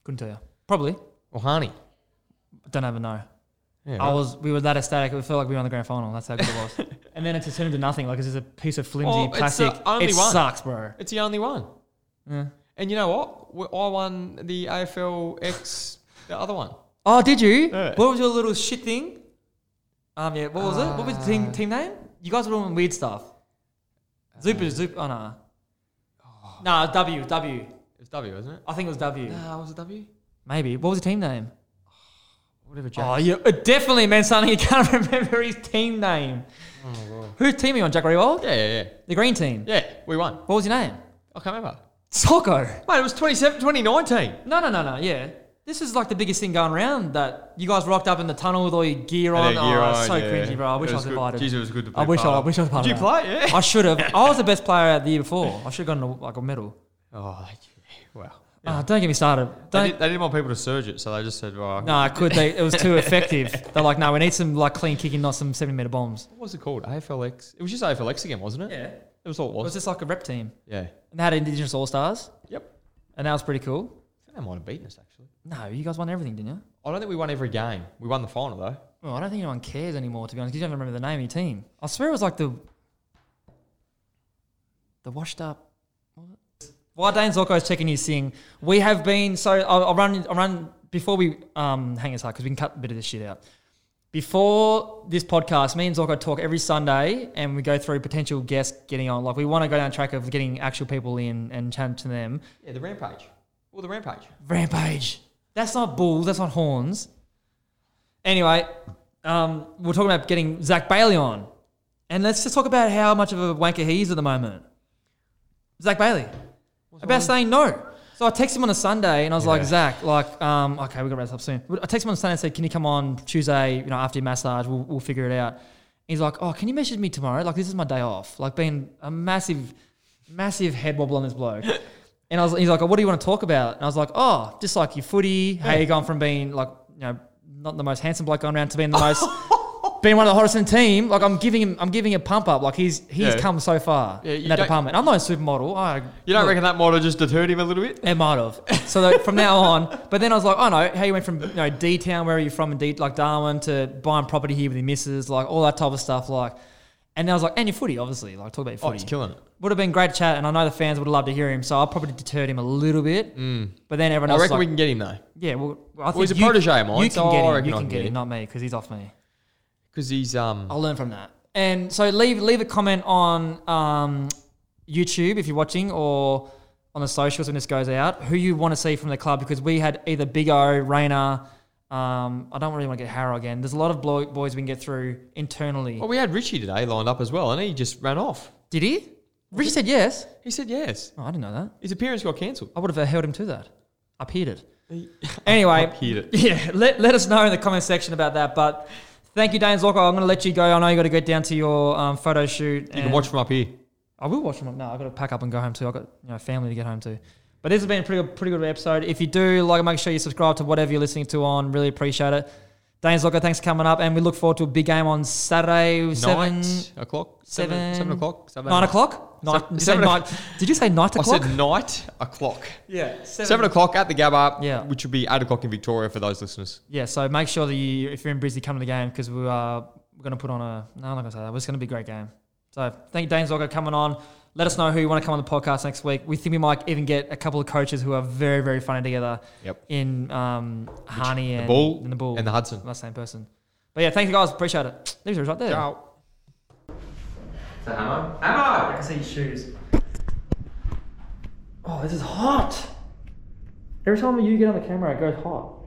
Speaker 2: Couldn't tell you. Probably.
Speaker 1: Or Harney?
Speaker 2: Don't even know.
Speaker 1: Yeah,
Speaker 2: I
Speaker 1: right.
Speaker 2: was. We were that ecstatic. It felt like we were on the grand final. That's how good it was.
Speaker 1: (laughs)
Speaker 2: and then it just turned into nothing. Like it's just a piece of flimsy
Speaker 1: Oh, it's the
Speaker 2: plastic.
Speaker 1: only
Speaker 2: it
Speaker 1: one.
Speaker 2: sucks, bro.
Speaker 1: It's the only one.
Speaker 2: Yeah.
Speaker 1: And you know what? We- I won the AFL X, the other one.
Speaker 2: Oh, did you?
Speaker 1: Yeah.
Speaker 2: What was your little shit thing? Um, yeah. What was it? What was the team team name? You guys were doing weird stuff. Zoop is Zoop. Oh no. Nah, W W.
Speaker 1: It was W, wasn't it?
Speaker 2: I think it was W.
Speaker 1: Ah, was it W?
Speaker 2: Maybe. What was the team name?
Speaker 1: Whatever, Jack.
Speaker 2: Oh, yeah, it definitely meant something. (laughs) You can't remember his team name. Whose team are you on, Jack Rewald?
Speaker 1: Yeah, yeah, yeah.
Speaker 2: The green team.
Speaker 1: Yeah, we won.
Speaker 2: What was your name?
Speaker 1: I can't remember.
Speaker 2: Socko.
Speaker 1: Mate, it was 27, 2019.
Speaker 2: No, no, no, no. Yeah. This is like the biggest thing going around that you guys rocked up in the tunnel with all your gear on.
Speaker 1: Yeah,
Speaker 2: oh,
Speaker 1: you're
Speaker 2: it's so
Speaker 1: right, yeah.
Speaker 2: cringy, bro. I wish
Speaker 1: It
Speaker 2: I was
Speaker 1: good.
Speaker 2: invited.
Speaker 1: Jeez, it was good to be
Speaker 2: I wish
Speaker 1: part
Speaker 2: I,
Speaker 1: of.
Speaker 2: wish I was part
Speaker 1: Did
Speaker 2: of
Speaker 1: you
Speaker 2: that.
Speaker 1: play? Yeah.
Speaker 2: I should have. I was the best player the year before. I should have gotten a, like a medal.
Speaker 1: Oh, yeah. wow.
Speaker 2: Ah, don't get me started.
Speaker 1: They,
Speaker 2: Don't.
Speaker 1: did, they didn't want people to surge it, so they just said, well,
Speaker 2: No, I could. They, it was too effective. They're like, no, we need some like clean kicking, not some seventy meter bombs.
Speaker 1: what was it called? AFLX? It was just AFLX again, wasn't it?
Speaker 2: Yeah.
Speaker 1: It was all it
Speaker 2: It
Speaker 1: was.
Speaker 2: was just like a rep team.
Speaker 1: yeah.
Speaker 2: And they had Indigenous All Stars,
Speaker 1: Yep.
Speaker 2: and that was pretty cool.
Speaker 1: I think they might have beaten us, actually.
Speaker 2: No, you guys won everything, didn't you?
Speaker 1: I don't think we won every game. We won the final, though.
Speaker 2: Well, I don't think anyone cares anymore, to be honest. 'cause You don't remember the name of your team. I swear it was like the the washed up. While Dane Zorko is checking his thing, we have been so I'll, I'll run I'll run before we um, hang us hard because we can cut a bit of this shit out. Before this podcast, me and Zorko talk every Sunday and we go through potential guests getting on. Like we want to go down track of getting actual people in and chat to them.
Speaker 1: Yeah, the Rampage. Well, the Rampage.
Speaker 2: Rampage. That's not bulls. That's not horns. Anyway, um, we're talking about getting Zach Bailey on, and let's just talk about how much of a wanker he is at the moment. Zach Bailey, about saying no. So I text him on a Sunday, and I was like,
Speaker 1: Yeah.
Speaker 2: Zach, like, um, okay, we got to wrap this up soon. I text him on a Sunday and said, can you come on Tuesday? You know, after your massage, we'll, we'll figure it out. He's like, oh, can you message me tomorrow? Like, this is my day off. Like, being a massive, massive head wobble on this bloke. (laughs) And I was, he's like, oh, what do you want to talk about? And I was like, oh, just like your footy, how you gone from being like, you know, not the most handsome bloke going around to being
Speaker 1: (laughs)
Speaker 2: the most, being one of the hottest in the team. Like I'm giving him, I'm giving him a pump up. Like he's he's
Speaker 1: Yeah.
Speaker 2: come so far
Speaker 1: Yeah, you
Speaker 2: in that
Speaker 1: don't-
Speaker 2: department. I'm not a supermodel. I
Speaker 1: You don't reckon that might have just deterred him a little bit?
Speaker 2: it might have. So that from now on, (laughs) but then I was like, oh no, how you went from you know D town, where are you from, in D like Darwin, to buying property here with your missus, like all that type of stuff, like. And then I was like, and your footy, obviously, like talk about your
Speaker 1: Oh,
Speaker 2: footy
Speaker 1: he's killing it.
Speaker 2: would have been great chat, and I know the fans would have loved to hear him. So I probably deterred him a little bit. But then everyone
Speaker 1: Mm. I
Speaker 2: else,
Speaker 1: reckon we
Speaker 2: like,
Speaker 1: can get him, though.
Speaker 2: yeah, well, I think
Speaker 1: he's a
Speaker 2: you-
Speaker 1: protege of mine,
Speaker 2: You can
Speaker 1: so
Speaker 2: get
Speaker 1: I
Speaker 2: him.
Speaker 1: reckon
Speaker 2: You
Speaker 1: I
Speaker 2: can
Speaker 1: can
Speaker 2: get
Speaker 1: get
Speaker 2: him,
Speaker 1: him.
Speaker 2: not me, because he's off me.
Speaker 1: Because he's, um,
Speaker 2: I'll learn from that. And so leave leave a comment on um, YouTube if you're watching or on the socials when this goes out, who you want to see from the club because we had either Big O, Rayner. Um, I don't really want to get Harrow again. There's a lot of blo- boys we can get through internally.
Speaker 1: well, we had Richie today lined up as well, and he just ran off.
Speaker 2: Did he? Richie said yes.
Speaker 1: He said yes.
Speaker 2: Oh, I didn't know that.
Speaker 1: His appearance got cancelled.
Speaker 2: I would have held him to that. Appeared it. Anyway,
Speaker 1: Appeared it.
Speaker 2: (laughs) Yeah, let, let us know in the comment section about that. But thank you, Dane Zorko. I'm going to let you go. I know you got to get down to your um, photo shoot.
Speaker 1: You can watch from up here.
Speaker 2: I will watch them. No, I got to pack up and go home too. I got you know family to get home to. But this has been a pretty good, pretty good episode. If you do like, it, make sure you subscribe to whatever you're listening to on. Really appreciate it. Dane Zorko, thanks for coming up, and we look forward to a big game on Saturday seven
Speaker 1: Nine o'clock. Seven,
Speaker 2: seven-
Speaker 1: seven o'clock. Seven
Speaker 2: nine o'clock. Night,
Speaker 1: Seven-
Speaker 2: did, you say
Speaker 1: seven o'clock.
Speaker 2: night, did you say night
Speaker 1: I
Speaker 2: o'clock?
Speaker 1: said night o'clock.
Speaker 2: yeah,
Speaker 1: Seven o'clock at the Gabba,
Speaker 2: Yeah.
Speaker 1: which would be eight o'clock in Victoria for those listeners.
Speaker 2: Yeah, so make sure that you, if you're in Brisbane, come to the game because we are we're going to put on a. No, I'm not going to say that. But it's going to be a great game. So thank you, Dane Zorgo, coming on. Let us know who you want to come on the podcast next week. We think we might even get a couple of coaches who are very, very funny together
Speaker 1: Yep.
Speaker 2: in um, Harney and,
Speaker 1: Bull
Speaker 2: and the Bull
Speaker 1: and the Hudson.
Speaker 2: That's the same person. But yeah, thank you guys. Appreciate it. There's yours right there.
Speaker 1: Ciao.
Speaker 2: I can see your shoes. Oh, this is hot. Every time you get on the camera, it goes hot.